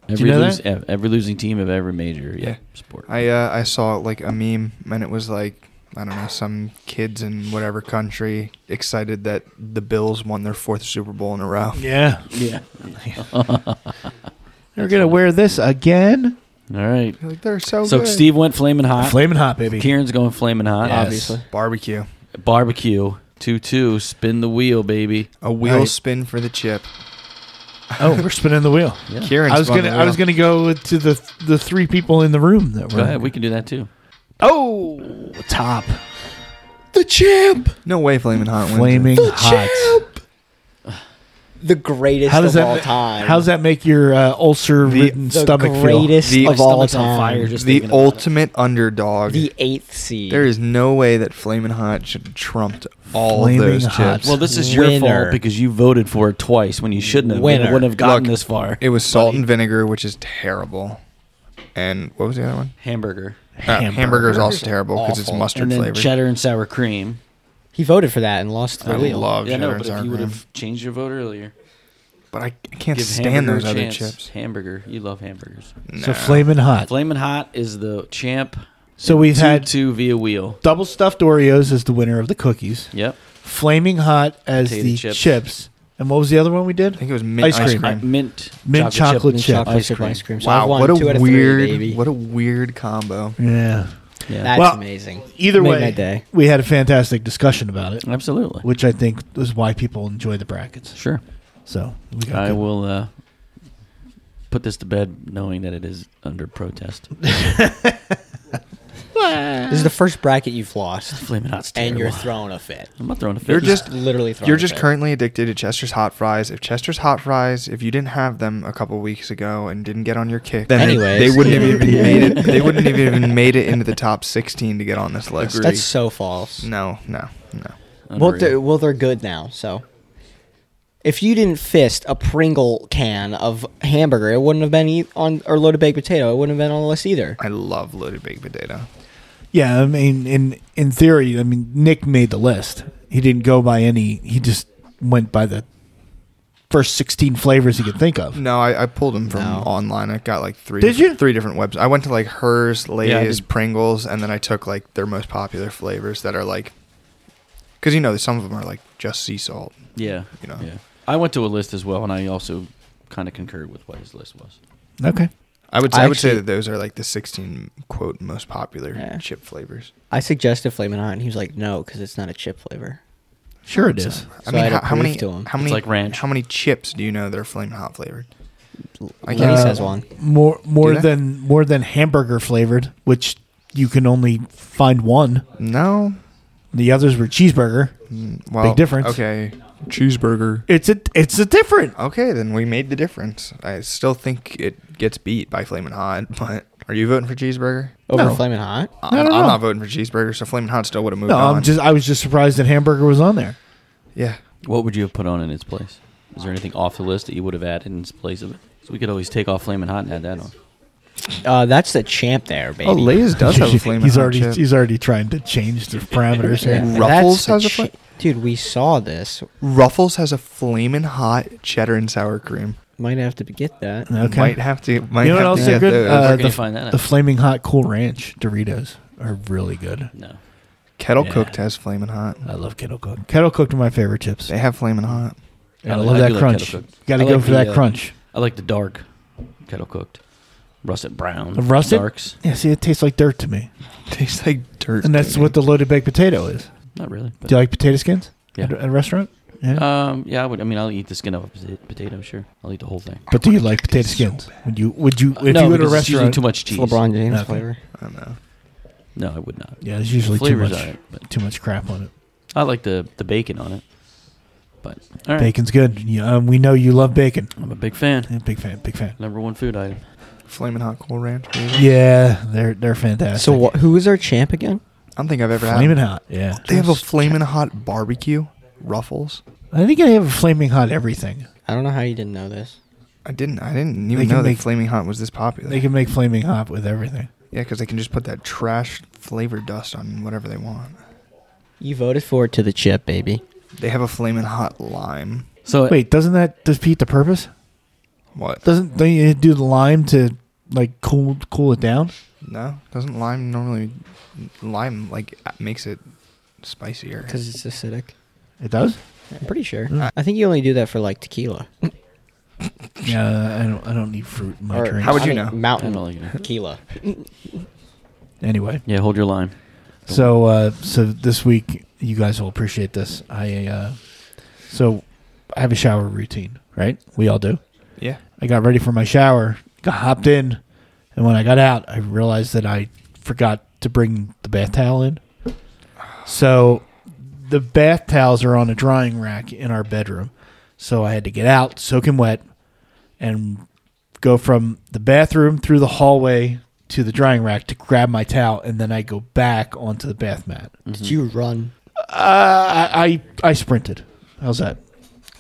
S7: you
S6: Every,
S7: know
S6: lose,
S7: that?
S6: ev- every losing team of every major yeah,
S5: Yeah.
S6: sport.
S5: I uh, I saw like a meme, and it was like I don't know some kids in whatever country excited that the Bills won their fourth Super Bowl in a row.
S7: Yeah,
S6: yeah.
S7: they're gonna wear this again.
S6: All right.
S5: You're Like they're so,
S6: So
S5: Oh, good.
S6: Steve went flaming hot.
S7: Flaming hot, baby.
S6: Kieran's going flaming hot.
S7: Yes.
S6: Obviously.
S5: barbecue,
S6: Barbecue. 2 2. Spin the wheel, baby.
S5: a wheel
S7: Right.
S5: spin for the chip.
S7: Oh, we're spinning the wheel.
S6: Yeah.
S5: Kieran,
S7: I was gonna, I was gonna go to the the three people in the room that were.
S6: Go ahead. We can do that too.
S7: oh, top
S2: The champ.
S5: No way, flaming hot. wins it.
S7: flaming hot.
S3: the greatest
S7: How does
S3: of
S7: that?
S3: all
S7: ma-
S3: time.
S7: How does that make your uh, ulcer-ridden
S3: the
S7: stomach feel?
S3: greatest
S5: The-
S3: of
S5: My
S3: all
S6: stomach's on
S3: time?
S6: fire just-
S5: the
S6: thinking about
S5: ultimate underdog.
S3: the eighth seed.
S5: there is no way that flaming hot should have trumped all
S7: Flaming
S5: those
S7: Hot.
S5: chips.
S6: Well, this is your fault
S3: Winner.
S6: because you voted for it twice when you shouldn't have.
S3: Winner.
S6: You wouldn't have gotten
S5: Look,
S6: this far.
S5: it was salt and vinegar, which is terrible. And what was the other one?
S6: Hamburger.
S5: Uh, hamburger is also terrible because it's
S3: Awful.
S5: mustard
S6: And then
S5: flavored.
S6: cheddar and sour cream.
S3: he voted for that and lost the
S5: I
S3: wheel.
S5: love
S6: yeah, no,
S5: Oh, cheddar and
S6: but if
S5: sour
S6: you would
S5: cream.
S6: have changed your vote earlier,
S5: But I can't
S6: give
S5: stand
S6: hamburger
S5: those
S6: a
S5: other
S6: chance.
S5: chips. Mm.
S6: Hamburger. You love hamburgers.
S7: So flaming hot.
S6: Flamin' Hot is the champ.
S7: So we've
S6: two,
S7: had
S6: two via wheel.
S7: double stuffed Oreos as the winner of the cookies.
S6: Yep.
S7: Flaming hot as
S6: Potato
S7: the
S6: chips.
S7: chips. And what was the other one we did?
S5: I think it was mint
S7: Ice
S5: ice
S7: cream.
S5: cream. Mm,
S6: I- mint.
S7: Mint chocolate
S3: And
S7: chip.
S3: chocolate
S6: Ice
S3: chip
S6: cream.
S3: ice cream. So
S5: Wow,
S3: I've won
S5: what a
S3: two out of
S5: weird,
S3: three, baby.
S5: what a weird combo.
S7: Yeah.
S6: Yeah.
S3: That's
S7: Well,
S3: amazing.
S7: Either
S3: Made
S7: way,
S3: my day.
S7: we had a fantastic discussion about it,
S6: Absolutely.
S7: which I think is why people enjoy the brackets.
S6: Sure.
S7: So we got
S6: I
S7: good-
S6: will uh, put this to bed knowing that it is under protest.
S3: This is the first bracket you've lost,
S6: Flamin' Hot's terrible.
S3: and you're throwing a fit.
S6: I'm not throwing a fit.
S5: You're just
S3: Literally throwing.
S5: you're
S3: a
S5: just
S3: fit.
S5: currently addicted to Chester's hot fries. If Chester's hot fries, if you didn't have them a couple weeks ago and didn't get on your kick, then they-
S3: Anyways.
S5: they wouldn't have even made it. They wouldn't have even made it into the top 16 to get on this list.
S3: That's so false.
S5: no, no, no.
S3: Well,
S6: Unreal.
S3: they're, well, they're good now. So, if you didn't fist a Pringle can of hamburger, it wouldn't have been eat on or loaded baked potato. It wouldn't have been on the list either.
S5: I love loaded baked potato.
S7: Yeah, I mean, in in theory, I mean, Nick made the list. He didn't go by any. He just went by the first sixteen flavors he could think
S3: Mm.
S7: of.
S5: No, I, I pulled them from
S3: No.
S5: online. I got like three.
S7: Did
S5: different-
S7: you?
S5: Three different websites. I went to like hers,
S6: I
S5: Lay's,
S6: did.
S5: Pringles, and then I took like their most popular flavors that are like, because you know some of them are like just sea salt.
S6: yeah.
S5: you know.
S6: Yeah. I went to a list as well, and I also kind of concurred with what his list was.
S7: Okay.
S5: I would I,
S3: I
S5: would say
S3: actually-
S5: that those are like the 16 quote most popular
S3: Yeah.
S5: chip flavors.
S3: I suggested Flamin' Hot, and he was like, "No, because it's not a chip flavor."
S7: Sure, it is.
S5: I
S3: So
S5: mean,
S3: I had
S5: how,
S3: to
S5: how
S3: prove
S5: many
S3: to 'em.
S5: how
S6: It's
S5: many
S6: like ranch.
S5: how many chips do you know that are flaming hot flavored? I
S3: Lenny
S5: guess
S3: says one.
S7: More more
S5: Do they?
S7: than more than hamburger flavored, which you can only find one.
S5: No,
S7: The others were cheeseburger.
S5: well,
S7: difference.
S5: Okay, cheeseburger.
S7: It's a it's a different.
S5: Okay, then we made the difference. I still think it gets beat by flaming hot, but. Are you voting for cheeseburger?
S3: Over
S7: No.
S3: Flamin' Hot?
S5: I'm,
S7: no,
S5: I'm
S7: no.
S5: not voting for cheeseburger, so Flamin' Hot still would have moved
S7: No,
S5: on.
S7: I'm just I was just surprised that hamburger was on there.
S5: yeah.
S6: What would you have put on in its place? Is there anything off the list that you would have added in its place of it? So we could always take off Flamin' Hot and add that on.
S3: Uh, that's the champ there, baby.
S5: Oh, Lay's does have a Flamin'
S7: he's
S5: Hot
S7: already
S5: chip.
S7: he's already trying to change the parameters here.
S3: And
S5: Ruffles
S3: that's the
S5: has a fla-
S3: Dude, we saw this.
S5: Ruffles has a Flamin' Hot cheddar and sour cream.
S3: Might have to get that.
S7: Okay.
S5: Might have to. Might
S7: you know what
S5: have to
S7: else are
S5: get
S7: good?
S5: those.
S7: Uh,
S6: Where can
S7: the,
S6: you find that
S7: the
S6: at?
S7: flaming hot cool ranch Doritos are really good.
S6: No.
S7: Uh,
S5: Kettle
S7: Yeah.
S5: Cooked has Flamin' Hot.
S7: I love kettle cooked. Kettle cooked are my favorite chips.
S5: They have Flamin' Hot.
S7: And I
S6: I
S7: love
S6: do
S7: that
S6: like
S7: crunch.
S6: kettle cooked.
S7: Got to
S6: I
S7: go
S6: like
S7: for
S6: the,
S7: that
S6: uh,
S7: crunch.
S6: I like the dark kettle cooked, russet brown,
S7: The russet?
S6: darks.
S7: Yeah, see, it tastes like dirt to me,
S5: Tastes like dirt.
S7: and that's
S5: baby.
S7: what the loaded baked potato is.
S6: Not really.
S7: Do you like potato skins?
S6: Yeah.
S7: At a- at a restaurant?
S6: Um, yeah, I would. I mean, I'll eat the skin of a pota- potato. Sure, I'll eat the whole thing.
S7: But do you like potato skins? Would you? Would you? If
S6: no,
S7: you go to a
S6: because it's usually
S7: restaurant,
S6: too much
S3: It's
S6: cheese.
S3: LeBron James
S7: Okay.
S3: flavor.
S5: I don't know.
S6: No, I would not.
S7: yeah, there's usually too
S6: Flavors
S7: much,
S6: are it, but
S7: too much crap on it.
S6: I like the the bacon on it. But all right,
S7: Bacon's good. You, um, we know you love bacon.
S6: I'm a big fan.
S7: Yeah, big fan. Big fan.
S6: Number one food item.
S5: Flaming hot cool ranch. maybe.
S7: Yeah, they're they're fantastic.
S3: So wha who is our champ again?
S5: I don't think I've ever
S7: Flaming
S5: had.
S7: hot. Yeah.
S5: They have a flaming hot barbecue. Ruffles.
S7: I think they have a flaming hot everything.
S3: I don't know how you didn't know this.
S5: I didn't. I didn't
S7: They
S5: even
S7: can
S5: know that
S7: make-
S5: flaming hot was this popular.
S7: They can make flaming hot with everything.
S5: yeah, because they can just put that trash flavor dust on whatever they want.
S3: You voted for it to the chip, baby.
S5: They have a flaming hot lime.
S6: So
S7: Wait, doesn't that defeat the purpose?
S5: What?
S7: Doesn't they do the lime to like cool cool it down?
S5: No, doesn't lime normally lime like a- makes it spicier?
S3: Because it's acidic.
S7: It does.
S3: I'm pretty sure.
S5: Mm.
S3: I think you only do that for like tequila.
S7: Yeah, I don't. I don't need fruit in my
S3: Or
S7: drinks.
S5: How would you
S3: I think
S5: know?
S6: I
S3: Mountain
S6: don't Mm-hmm. like it.
S3: tequila.
S7: anyway,
S6: yeah, hold your line.
S7: so uh, so this week you guys will appreciate this. I uh, so I have a shower routine, right? We all do.
S5: Yeah.
S7: I got ready for my shower, got hopped in, and when I got out, I realized that I forgot to bring the bath towel in. So the bath towels are on a drying rack in our bedroom. So I had to get out, soaking wet, and go from the bathroom through the hallway to the drying rack to grab my towel, and then I go back onto the bath mat.
S3: Did you run?
S7: Uh, I, I I sprinted. How's that?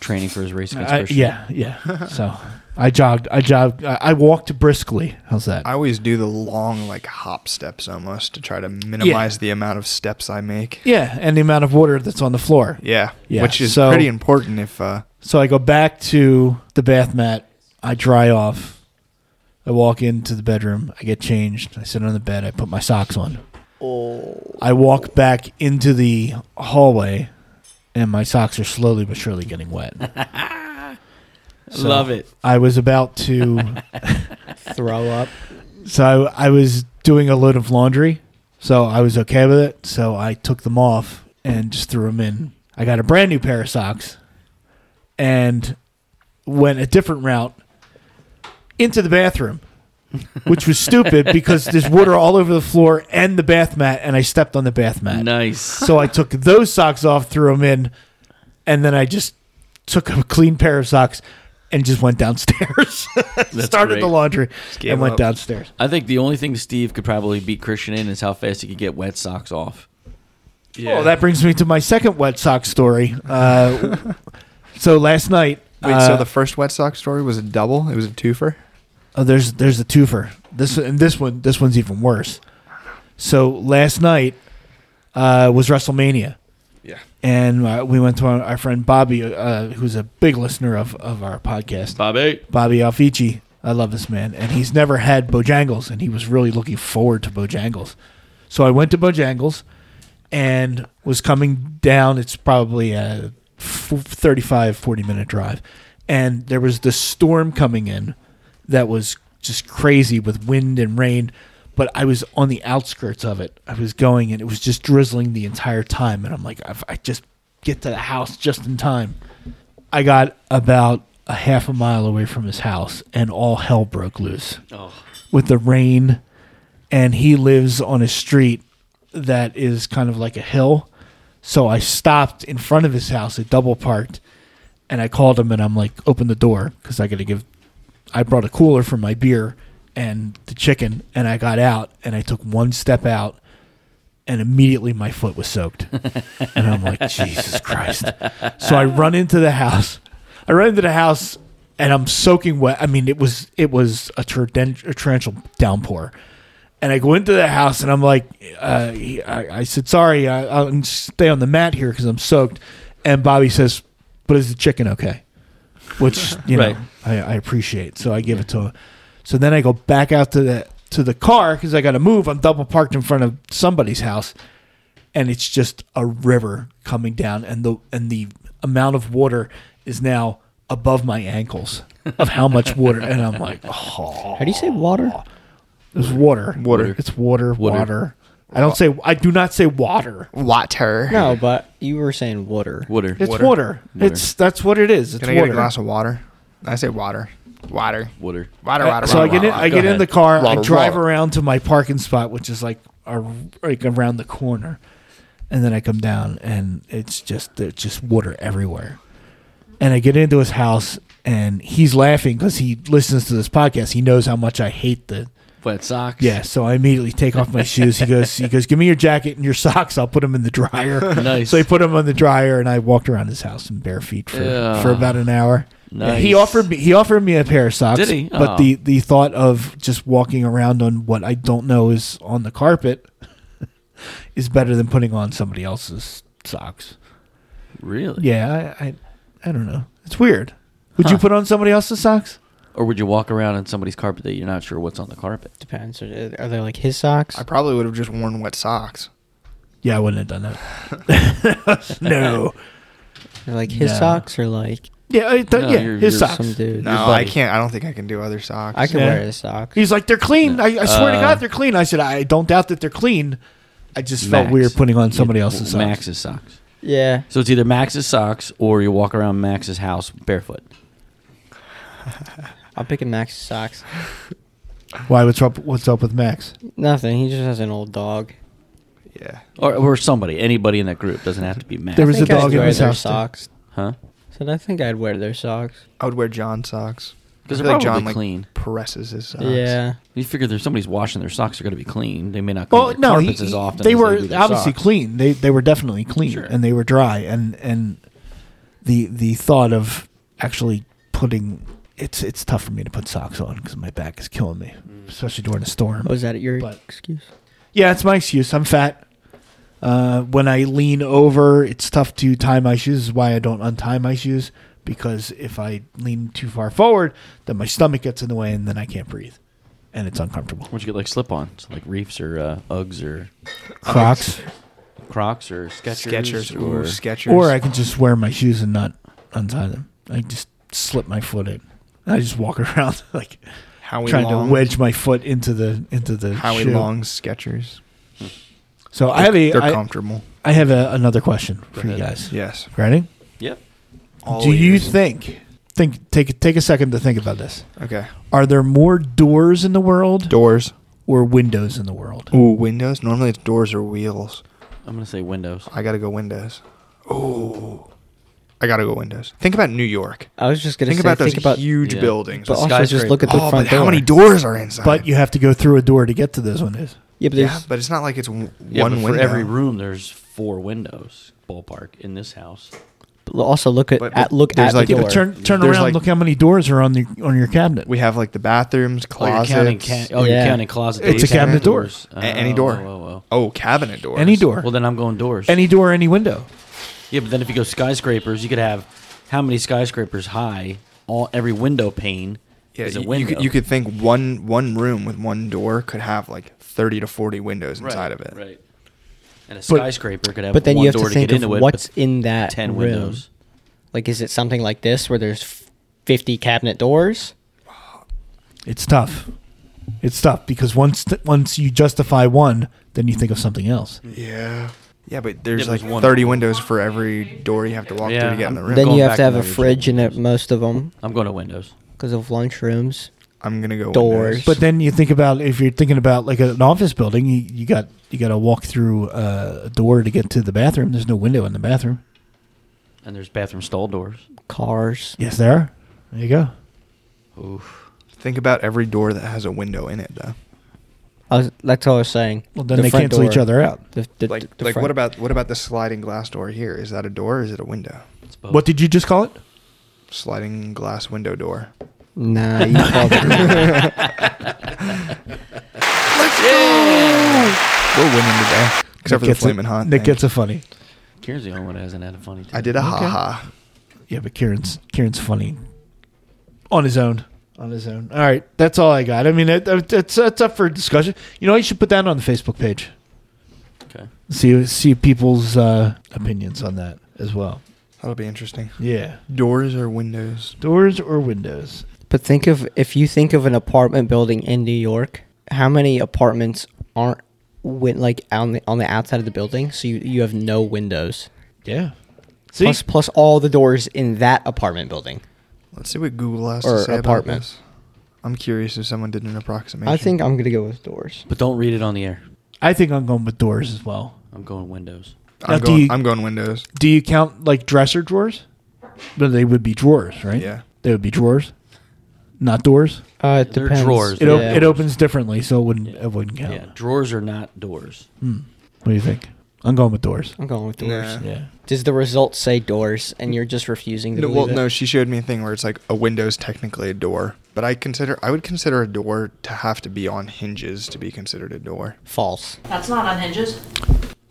S6: Training for his race against
S7: I,
S6: Christian.
S7: Uh, yeah, yeah. so I jogged. I jogged. I, I walked briskly. How's that?
S5: I always do the long like hop steps almost to try to minimize the amount of steps I make.
S7: yeah, and the amount of water that's on the floor.
S5: Yeah,
S7: Yeah,
S5: which is
S7: so-
S5: pretty important if uh,
S7: So I go back to the bath mat. I dry off. I walk into the bedroom. I get changed. I sit on the bed. I put my socks on. Oh. I walk back into the hallway, and my socks are slowly but surely getting wet. So
S6: Love it.
S7: I was about to
S3: Throw up?
S7: So I, I was doing a load of laundry, so I was okay with it. So I took them off and just threw them in. I got a brand new pair of socks and went a different route into the bathroom, which was stupid because there's water all over the floor and the bath mat, and I stepped on the bath mat.
S6: Nice.
S7: So I took those socks off, threw them in, and then I just took a clean pair of socks and just went downstairs.
S6: That's
S7: Started
S6: great.
S7: the laundry
S5: gave
S7: and went
S5: up.
S7: downstairs.
S6: I think the only thing Steve could probably beat Christian in is how fast he could get wet socks off.
S7: Well, Oh, that brings me to my second wet sock story. Uh, so last night,
S5: wait.
S7: uh,
S5: so the first wet sock story was a double. It was a twofer.
S7: oh, there's there's a twofer. This and this one this one's even worse. So last night uh, was WrestleMania.
S5: Yeah.
S7: And uh, we went to our, our friend Bobby, uh, who's a big listener of, of our podcast.
S6: Bobby.
S7: Bobby Alfici. I love this man, and he's never had Bojangles, and he was really looking forward to Bojangles. So I went to Bojangles, and was coming down. It's probably a f- 35, 40 minute drive, and there was this storm coming in that was just crazy with wind and rain. But I was on the outskirts of it. I was going, and it was just drizzling the entire time. And I'm like, if I just get to the house just in time. I got about a half a mile away from his house, and all hell broke loose
S6: Oh.
S7: with the rain. And he lives on a street that is kind of like a hill. So I stopped in front of his house. It double parked, and I called him, and I'm like, "Open the door," because I got to give. I brought a cooler for my beer and the chicken, and I got out, and I took one step out, and immediately my foot was soaked. and I'm like, Jesus Christ. So I run into the house. I run into the house and I'm soaking wet. I mean, it was it was a, torrent- a torrential downpour. And I go into the house and I'm like, uh, he- I, I said, sorry, I, I'll stay on the mat here because I'm soaked. And Bobby says, but is the chicken okay? Which, you
S6: Right.
S7: know, I, I appreciate. So I give it to him. So then I go back out to the to the car because I got to move. I'm double parked in front of somebody's house, and it's just a river coming down, and the and the amount of water is now above my ankles of how much water, and I'm like, oh,
S3: How do you say water?
S7: there's water,
S5: Water.
S7: it's water, water, I don't say I do not say water.
S5: Water.
S3: No, but you were saying water.
S6: Water.
S7: It's water.
S5: Water.
S7: It's that's what it is. It's
S5: Can I get
S7: water.
S5: a glass of water? I say water. Water.
S6: Water.
S5: Water,
S7: Uh,
S5: water,
S7: so I
S5: water,
S7: get in,
S5: water.
S7: I
S6: Go
S7: get in
S6: ahead.
S7: the car. I
S5: Water,
S7: drive
S5: water.
S7: around to my parking spot, which is like a, like around the corner, and then I come down and it's just there's just water everywhere. And I get into his house, and he's laughing because he listens to this podcast. He knows how much I hate the
S6: Wet socks.
S7: yeah. So I immediately take off my shoes. He goes he goes, give me your jacket and your socks. I'll put them in the dryer.
S6: Nice.
S7: So he put him on the dryer, and I walked around his house in bare feet for,
S6: Yeah.
S7: for about an hour.
S6: Nice.
S7: He offered me he offered me a pair of socks,
S6: Did he? Oh.
S7: but
S6: Aw.
S7: the the thought of just walking around on what I don't know is on the carpet is better than putting on somebody else's socks.
S6: Really?
S7: Yeah, I I, I don't know. It's weird. Would you put on somebody else's socks?
S6: Or would you walk around on somebody's carpet that you're not sure what's on the carpet?
S3: Depends. Are are they like his socks?
S5: I probably would have just worn wet socks.
S7: Yeah, I wouldn't have done that. no.
S3: They're like his
S7: No.
S3: socks or like
S7: Yeah, I th-
S6: No,
S7: yeah,
S6: you're-
S7: his
S6: you're
S7: socks.
S3: some dude.
S5: No, I
S6: buddy.
S5: can't. I don't think I can do other socks.
S3: I could
S7: Yeah.
S3: wear his socks.
S7: He's like, they're clean. I, I swear to
S6: Uh,
S7: God, they're clean. I said, I don't doubt that they're clean. I just felt
S6: Max.
S7: weird putting on somebody
S6: Yeah,
S7: else's socks.
S6: Max's socks.
S3: Yeah.
S6: So it's either Max's socks or you walk around Max's house barefoot.
S3: I'm picking Max's socks.
S7: Why? What's up? What's up with Max?
S3: Nothing. He just has an old dog.
S5: Yeah.
S6: Or, or somebody, anybody in that group doesn't have to be Max.
S7: There was
S3: I
S7: a
S3: think I'd
S7: dog in
S3: wear
S7: his
S3: their
S7: house, too.
S3: socks.
S6: huh?
S3: Said I think I'd wear their socks.
S5: I would wear John socks.
S6: Because
S5: I
S6: they're
S5: feel
S6: probably clean.
S5: Caresses his socks.
S3: Yeah.
S6: You figure there's somebody's washing their socks are going to be clean. They may not clean
S7: Well,
S6: their
S7: no, he,
S6: carpets as often.
S7: they
S6: as
S7: were
S6: do their
S7: obviously
S6: socks.
S7: clean. They they were definitely clean,
S6: Sure.
S7: and they were dry. And and the the thought of actually putting it's it's tough for me to put socks on because my back is killing me,
S6: Mm.
S7: especially during a storm.
S3: Was that your
S7: But-
S3: excuse?
S7: Yeah, it's my excuse. I'm fat. Uh, when I lean over, it's tough to tie my shoes. This is why I don't untie my shoes because if I lean too far forward, then my stomach gets in the way and then I can't breathe, and it's uncomfortable.
S6: Why don't you get like slip ons, like Reefs or uh, Uggs or
S7: Crocs,
S6: Crocs or Skechers,
S5: Skechers. Ooh,
S6: or
S5: Skechers.
S7: or I can just wear my shoes and not untie them. I just slip my foot in. I just walk around like
S5: Howie
S7: trying
S5: Long.
S7: to wedge my foot into the into the
S5: Howie
S7: shoe.
S5: Long Skechers.
S7: So I have a
S5: They're
S7: I,
S5: comfortable.
S7: I have a, another question for you
S6: ahead.
S7: guys.
S5: Yes.
S7: Ready?
S6: Yep.
S5: All
S7: Do you
S5: ears.
S7: think? Think take take a second to think about this.
S5: Okay.
S7: Are there more doors in the world
S5: Doors.
S7: or windows in the world?
S5: Ooh, windows. Normally it's doors or wheels.
S6: I'm going to say windows.
S5: I gotta go windows. Ooh. I gotta go windows. Think about New York.
S3: I was just gonna
S5: Think
S3: say,
S5: about those
S3: think about
S5: huge
S6: Yeah.
S5: buildings.
S3: But
S5: Oh,
S3: also just
S6: skyscraper.
S3: look at the
S5: but
S3: front door.
S5: how many doors are inside?
S7: But you have to go through a door to get to those windows.
S3: yeah, but there's,
S5: yeah, but it's not like it's w-
S6: Yeah,
S5: one
S6: but
S5: window.
S6: for every room, there's four windows ballpark in this house.
S3: but also look at,
S5: But-
S3: at
S5: but
S3: look
S5: there's
S3: at
S5: like-
S3: the
S5: Yeah,
S3: door.
S5: but
S7: But turn turn
S5: There's
S7: around,
S5: like-
S7: look how many doors are on the on your cabinet.
S5: We have like the bathrooms, closets.
S6: Oh, you're counting, ca- oh,
S3: Yeah.
S6: you're counting closets.
S7: It's
S5: a cabinet
S7: door.
S5: A- any
S6: Oh,
S5: door.
S6: oh, oh,
S5: Oh, cabinet doors.
S7: any
S6: oh.
S7: door,
S6: Well, then I'm going doors.
S7: any door, any window.
S6: yeah, but then if you go skyscrapers, you could have how many skyscrapers high? All every window pane
S5: Yeah,
S6: is
S5: you,
S6: a
S5: you
S6: window.
S5: could, you could think one one room with one door could have like thirty to forty windows
S6: right,
S5: inside of it.
S6: Right. And a skyscraper could have
S3: But then
S6: one
S3: you have
S6: door
S3: to
S6: to,
S3: think
S6: get
S3: of
S6: into it.
S3: what's
S6: but
S3: in that
S6: ten
S3: room.
S6: windows.
S3: Like, is it something like this where there's f- 50 cabinet doors?
S7: It's tough. It's tough because once th- once you justify one, then you think of something else.
S5: Yeah. Yeah, but there's
S6: Yeah,
S5: like
S6: there's one.
S5: thirty windows for every door you have to walk
S6: Yeah,
S5: through to get in the
S6: I'm-
S5: room.
S3: then
S6: going
S3: you have
S6: back
S3: to
S6: to
S3: have
S6: my
S3: a
S6: original
S3: fridge in it, most of them
S6: I'm going to windows.
S3: because of lunchrooms.
S5: I'm gonna go
S3: Doors.
S5: windows.
S7: But then you think about if you're thinking about like an office building, you, you got you got to walk through uh, a door to get to the bathroom. There's no window in the bathroom.
S6: And there's bathroom stall doors.
S3: Cars.
S7: Yes, there. Are. There you go.
S6: Oof.
S5: think about every door that has a window in it though.
S3: I was, that's all I was saying.
S7: Well, then
S3: The
S7: they
S3: front
S7: cancel each
S3: door.
S7: other out.
S3: The, the,
S5: Like
S3: the
S5: like what
S3: front-
S5: about what about the sliding glass door here? Is that a door or is it a window?
S6: It's both.
S7: What did you just call it?
S5: Sliding glass window door.
S3: Nah, you probably.
S5: We're winning today. Except for the
S7: gets a-
S5: flaming hot.
S7: Nick
S5: thing.
S7: gets a funny.
S6: Kieran's the only one that hasn't had a funny time.
S5: I did a ha ha.
S7: Yeah, but Kieran's Kieran's funny on his own. On his own. All right, that's all I got. I mean, it, it- it's it's up for discussion. You know, what? you should put that on the Facebook page.
S6: Okay.
S7: See see people's uh, opinions on that as well.
S5: That'll be interesting.
S7: Yeah,
S5: Doors or windows?
S7: doors or windows.
S3: but think of if you think of an apartment building in New York, how many apartments aren't went like on the on the outside of the building, so you, you have no windows.
S8: Yeah.
S7: See,
S3: Plus plus all the doors in that apartment building.
S5: Let's see what Google has to
S3: Or
S5: say
S3: apartment.
S5: about this. I'm curious if someone did an approximation.
S3: I think I'm gonna go with doors.
S6: But don't read it on the air.
S7: I think I'm going with doors as well.
S6: I'm going Windows.
S7: Now,
S5: I'm
S7: do
S5: going,
S7: you-
S5: I'm going Windows.
S7: Do you count like dresser drawers? But they would be drawers, right?
S5: Yeah.
S7: They would be drawers, not doors.
S3: Uh, it
S6: They're
S3: depends.
S6: drawers.
S7: It, op-
S3: Yeah.
S7: it opens differently, so it wouldn't it wouldn't count. Hmm.
S6: Yeah, drawers are not doors.
S7: What do you think? I'm going with doors.
S3: I'm going with doors.
S5: Nah.
S7: Yeah.
S3: Does the result say doors, and you're just refusing to?
S5: No,
S3: believe
S5: well,
S3: it?
S5: no, she showed me a thing where it's like a window's technically a door, but I consider I would consider a door to have to be on hinges to be considered a door.
S3: False.
S9: That's not on hinges.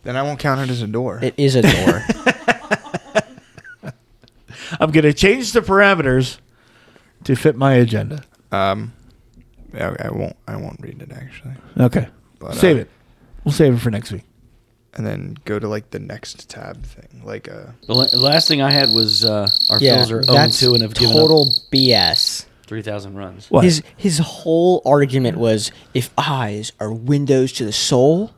S5: Then I won't count it as a door.
S3: It is a door.
S7: I'm gonna change the parameters to fit my agenda.
S5: um, I, I won't. I won't read it actually.
S7: Okay.
S5: But,
S7: save
S5: uh,
S7: it. We'll save it for next week.
S5: And then go to like the next tab thing, like uh,
S6: The la- last thing I had was uh, our
S3: yeah,
S6: Phils are 0
S3: that's
S6: 2 and have given
S3: total
S6: up
S3: BS.
S6: 3,000 runs.
S7: What?
S3: His his whole argument was if eyes are windows to the soul,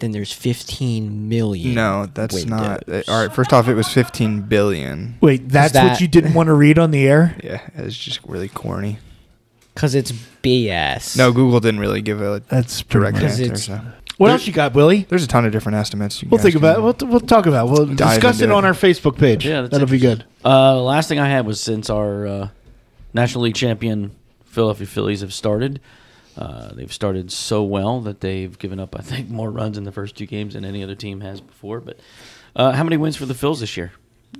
S3: then there's 15 million.
S5: no, that's not.
S3: windows.
S5: all right, first off, it was 15 billion.
S7: Wait, that's what
S3: that-
S7: you didn't want to read on the air?
S5: Yeah, it's just really corny.
S3: Cuz it's BS.
S5: No, Google didn't really give a
S7: That's pretty
S5: direct
S7: much-
S5: answer.
S3: it's-
S5: So.
S7: What else you got, Willie?
S5: There's a ton of different estimates. you
S7: We'll
S5: guys
S7: think
S5: can-
S7: about it. We'll, we'll talk about it. We'll
S5: Dive
S7: discuss it
S5: into
S7: on
S5: it.
S7: our Facebook page.
S6: Yeah, that's
S7: That'll be good.
S6: Uh, the last thing I had was since our uh, National League champion Philadelphia Phillies have started, uh, they've started so well that they've given up, I think, more runs in the first two games than any other team has before. But uh, how many wins for the Phils this year?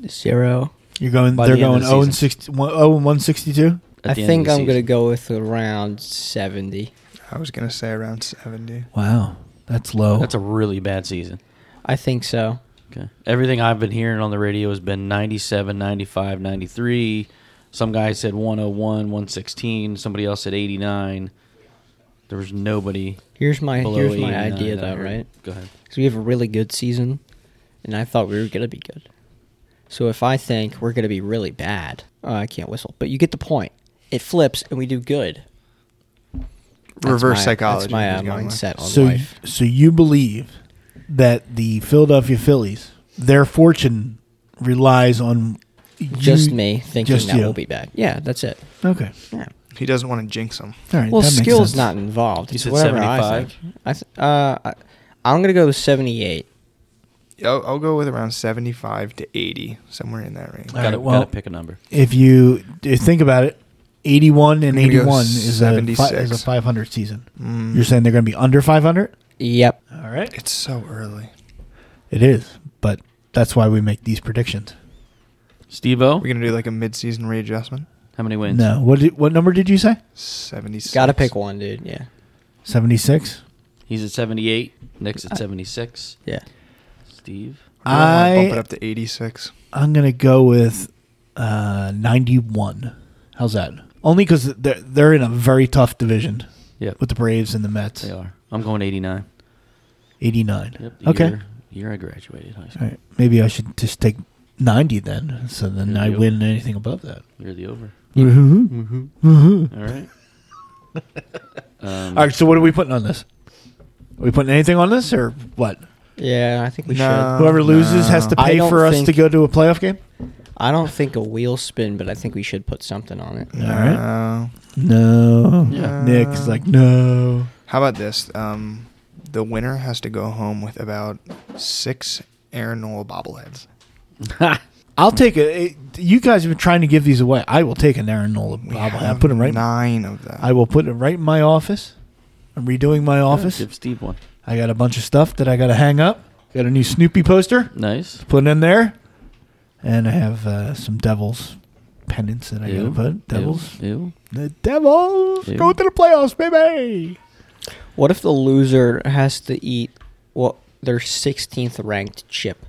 S3: zero.
S7: You're going.
S6: By
S7: they're
S6: the end
S7: going
S6: of the
S7: 0 and
S6: season.
S7: 60, 0 and 162.
S6: at
S3: I
S6: the end of
S3: think
S6: the
S3: I'm going to
S6: season?
S3: go with around 70.
S5: I was gonna say around 70.
S7: Wow, that's low.
S6: That's a really bad season.
S3: I think so.
S6: Okay. Everything I've been hearing on the radio has been 97, 95, 93. Some guy said 101, 116. Somebody else said 89. There was nobody
S3: Here's my
S6: below
S3: here's
S6: 89
S3: my idea
S6: that I
S3: though,
S6: heard.
S3: right?
S6: Go ahead.
S3: Cuz we have a really good season and I thought we were going to be good. So if I think we're going to be really bad, oh, I can't whistle, but you get the point. It flips and we do good. That's
S5: Reverse
S3: my-
S5: psychology.
S3: That's my
S5: is
S3: uh,
S5: going with.
S3: mindset on
S7: so. y-
S3: life.
S7: So you believe that the Philadelphia Phillies, their fortune relies on you-
S3: just me thinking
S7: just
S3: that
S7: you.
S3: we'll be bad. Yeah, that's it.
S7: Okay.
S3: Yeah.
S5: He doesn't want to jinx him.
S7: All right.
S3: Well,
S7: that makes
S3: skill's
S7: sense.
S3: not involved.
S6: You
S3: It's
S6: said
S3: whatever
S6: 75?
S3: I think. I th- uh, I, I'm gonna go with 78.
S5: I'll, I'll go with around 75 to 80, somewhere in that range.
S7: All
S6: Gotta,
S7: right, well-
S6: gotta pick a number.
S7: If you if think about it, eighty-one and
S5: I'm gonna go
S7: eighty-one is a, fi- is a
S5: 76.
S7: five hundred season.
S5: Mm,
S7: You're saying they're going to be under five hundred?
S3: Yep.
S7: All right.
S5: it's so early.
S7: It is, but that's why we make these predictions.
S6: Steve
S5: We're gonna do like a mid-season readjustment.
S6: how many wins?
S7: No. What did, what number did you say?
S5: 76.
S3: Got to pick one, dude. Yeah.
S7: Seventy-six.
S6: He's at 78. Nick's
S7: Uh,
S6: at 76.
S3: Yeah.
S6: Steve.
S5: I don't wanna bump
S7: I-
S5: it up to 86.
S7: I'm gonna go with uh, 91. How's that? Only because they're they're in a very tough division
S6: Yep.
S7: with the Braves and the Mets.
S6: They are. I'm going 89.
S7: 89.
S6: Yep. the
S7: okay.
S6: Year, year I graduated high school.
S7: All right. Maybe I should just take 90 then. So then
S6: There
S7: I
S6: you go.
S7: win anything above that. Mm-hmm.
S6: You're the over.
S7: All
S6: Mm-hmm. All right. um,
S7: right. So what are we putting on this? Are we putting anything on this or what?
S3: Yeah, I think we
S5: No.
S7: Whoever loses has to
S5: no.
S3: I
S7: pay
S3: don't
S7: for us
S3: think-
S7: to go to a playoff game.
S3: should. I don't think a wheel spin, but I think we should put something on it.
S7: All right.
S5: Uh,
S7: No.
S5: Yeah.
S7: Nick is like no.
S5: how about this? Um, the winner has to go home with about six Aaron Noel bobbleheads.
S7: I'll take it. You guys have been trying to give these away. I will take an Aaron Nola bobblehead. I'll put him right.
S5: Nine of them.
S7: I will put it right in my office. I'm redoing my office.
S6: Give Steve one.
S7: I got a bunch of stuff that I got to hang up. Got a new Snoopy poster.
S6: Nice.
S7: Put it in there, and I have uh, some devils pennants that I got to
S6: Ew.
S7: put. Devils.
S6: Ew. Ew.
S7: The devils
S6: Ew.
S7: go to the playoffs, baby.
S3: What if the loser has to eat what their 16th ranked chip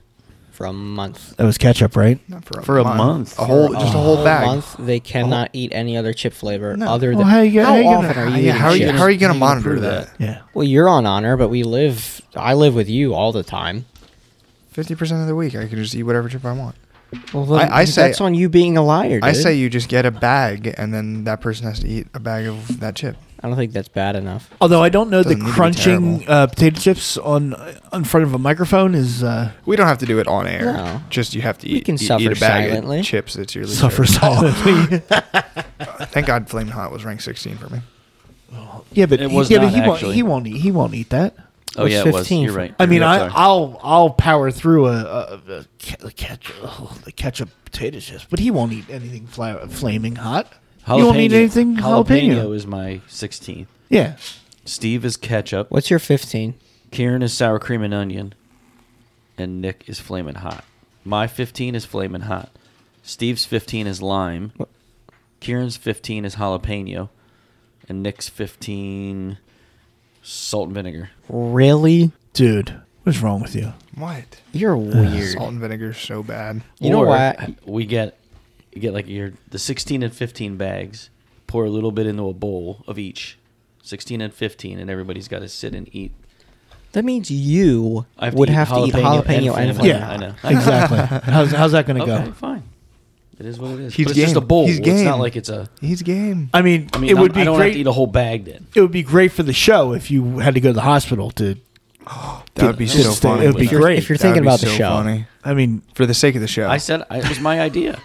S3: for a month?
S7: That was ketchup, right?
S5: Not for a,
S6: for a
S5: month.
S6: month.
S5: A whole, just a whole bag.
S3: month they cannot eat any other chip flavor
S5: Oh. No.
S3: other
S7: Well,
S3: than
S7: how you gonna-
S3: How
S7: how you gonna-
S3: often are you
S5: Yeah,
S3: eating
S5: how are you
S3: chips?
S5: how are you gonna
S6: How you gonna
S5: monitor
S6: prove
S5: that?
S7: Yeah.
S3: Well, you're on honor, but we live. I live with you all the time.
S5: Fifty percent of the week, I can just eat whatever chip I want.
S3: Well, then,
S5: I- I say-
S3: that's on you being a liar. Dude.
S5: I say you just get a bag, and then that person has to eat a bag of that chip.
S3: I don't think that's bad enough.
S7: Although I don't know the
S5: Doesn't need to be
S7: crunching
S5: terrible.
S7: uh, potato chips on in front of a microphone is uh,
S5: We don't have to do it on air.
S3: No.
S5: Just you have to eat.
S3: We can
S5: eat,
S3: suffer
S5: eat a bag
S3: silently.
S5: Of chips. That's your least
S7: suffer
S5: favorite.
S7: silently.
S5: Thank God, Flame Hot was ranked 16 for me.
S7: yeah, but
S6: It
S7: he-
S6: was
S7: yeah, but
S6: not
S7: he
S6: actually.
S7: won't. He won't eat. He won't eat that.
S6: Oh
S3: What's
S6: yeah, it was.
S3: 15
S6: You're
S3: for-
S6: right.
S7: I mean,
S6: You're
S7: I,
S6: sorry.
S7: I'll I'll power through a, a, a, ke- a ketchup, oh, the ketchup potato chips, but he won't eat anything fla- flaming hot. You won't eat
S6: Jalapeno-
S7: anything jalapeno.
S6: is my 16.
S7: Yeah,
S6: Steve is ketchup.
S3: What's your 15?
S6: Kieran is sour cream and onion, and Nick is flaming hot. My 15 is flaming hot. Steve's 15 is lime. Kieran's 15 is jalapeno, and Nick's 15 salt and vinegar.
S3: Really?
S7: dude, what's wrong with you?
S5: What?
S3: You're weird.
S5: Salt and vinegar is so bad.
S3: You know
S6: Or
S3: what?
S6: We get you get like your the 16 and 15 bags. Pour a little bit into a bowl of each. 16 and 15, and everybody's got to sit and eat.
S3: That means you
S6: I have to
S3: would
S6: eat
S3: have to eat
S6: jalapeno and
S3: jalapeno and
S6: flaming.
S3: flaming.
S7: Yeah,
S6: I know.
S7: exactly. How's how's that going to
S6: Okay,
S7: go?
S6: fine. It is what it is.
S5: He's
S6: but it's just a
S5: game.
S6: bowl.
S5: He's
S6: It's
S5: game.
S6: not like it's a.
S5: He's game.
S7: I mean,
S6: I mean,
S7: it would
S6: I'm-
S7: be
S6: I don't have
S7: great.
S6: to eat a whole bag then.
S7: it would be great for the show if you had to go to the hospital to.
S5: That would be
S7: Just
S5: so
S7: stay-
S5: funny.
S7: it would be
S5: That
S7: great.
S3: If you're
S5: would
S3: thinking
S5: be
S3: about the
S5: so
S3: show,
S5: funny.
S7: I mean,
S5: for the sake of the show,
S6: I said I, it was my idea.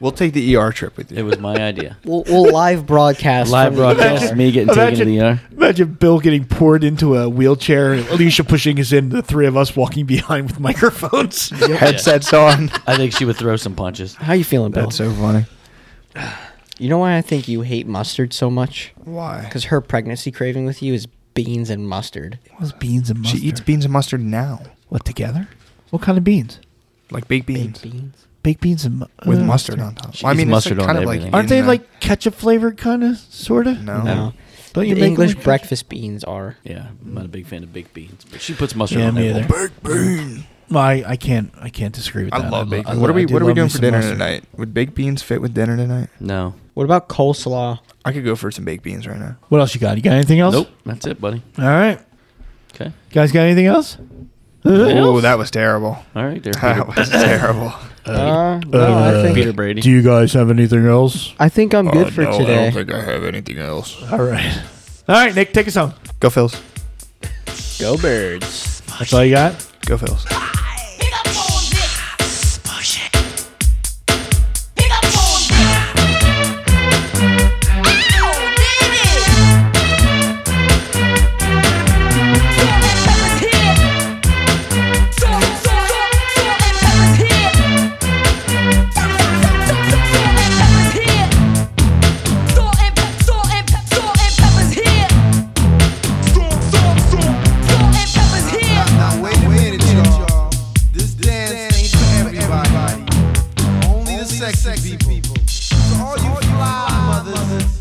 S5: we'll take the ER trip with
S6: It
S5: you.
S6: was my idea.
S3: We'll, we'll live broadcast.
S6: Live
S3: from the
S6: broadcast,
S3: car.
S6: me getting taken to the ER.
S7: imagine Bill getting poured into a wheelchair, and Alicia pushing us in, the three of us walking behind with microphones.
S5: Headsets on.
S6: I think she would throw some punches.
S3: How you feeling, Bill?
S5: That's so funny.
S3: You know why I think you hate mustard so much?
S5: Why?
S3: Because her pregnancy craving with you is beans and mustard.
S7: Those beans and
S5: She
S7: mustard.
S5: eats beans and mustard now,
S7: What together? What kind of beans?
S5: like baked beans
S3: Beans.
S7: Baked beans and mu-
S5: with
S7: uh,
S5: mustard on top.
S6: She
S5: Well, I
S6: eats
S5: mean,
S6: mustard
S5: it's
S6: on
S5: like, kind of like
S6: everything.
S7: Aren't
S5: in
S7: they
S5: the-
S7: like ketchup flavored, kind of, sorta?
S5: No.
S3: No.
S7: Don't you
S3: the
S7: make them
S3: English
S7: like-
S3: breakfast beans are.
S6: Yeah, I'm not a big fan of baked beans, but she puts mustard
S7: Yeah,
S6: on
S7: me
S6: it.
S7: either.
S5: Baked bean.
S7: Well, I, I can't. I can't disagree with
S5: I
S7: that.
S5: love
S7: lo-
S5: baked.
S7: I
S5: beans.
S7: lo-
S5: What are
S7: I
S5: we
S7: do
S5: What are we
S7: love me
S5: doing for
S7: some
S5: dinner
S7: mustard.
S5: tonight? Would baked beans fit with dinner tonight?
S6: No.
S3: What about coleslaw?
S5: I could go for some baked beans right now.
S7: What else you got? You got anything else?
S6: Nope. That's it, buddy.
S7: All right,
S6: Okay.
S7: guys, got anything else?
S5: Oh, that was terrible.
S6: All right, there.
S5: That
S6: Peter,
S5: was terrible.
S3: Uh, no, I think
S6: Peter Brady.
S7: Do you guys have anything else?
S3: I think I'm good
S5: Uh,
S3: for
S5: no, I
S3: today.
S5: don't think I have anything else.
S7: All right. All right, Nick, take us home.
S5: Go Phils.
S3: Go birds.
S7: That's all you got.
S5: Go Phils.
S8: Pick up on this. Pick up on this. Ow, baby. Salt and pepper's here. Salt, salt, salt, salt and pepper's here. Salt, salt, salt, salt, salt and pepper's here. Salt and pep, salt and pep, salt and pepper's here. Salt, salt, salt, salt and pepper's here.
S9: Now wait a minute, y'all. This dance ain't for everybody. Only the sexy people. So all you fly mothers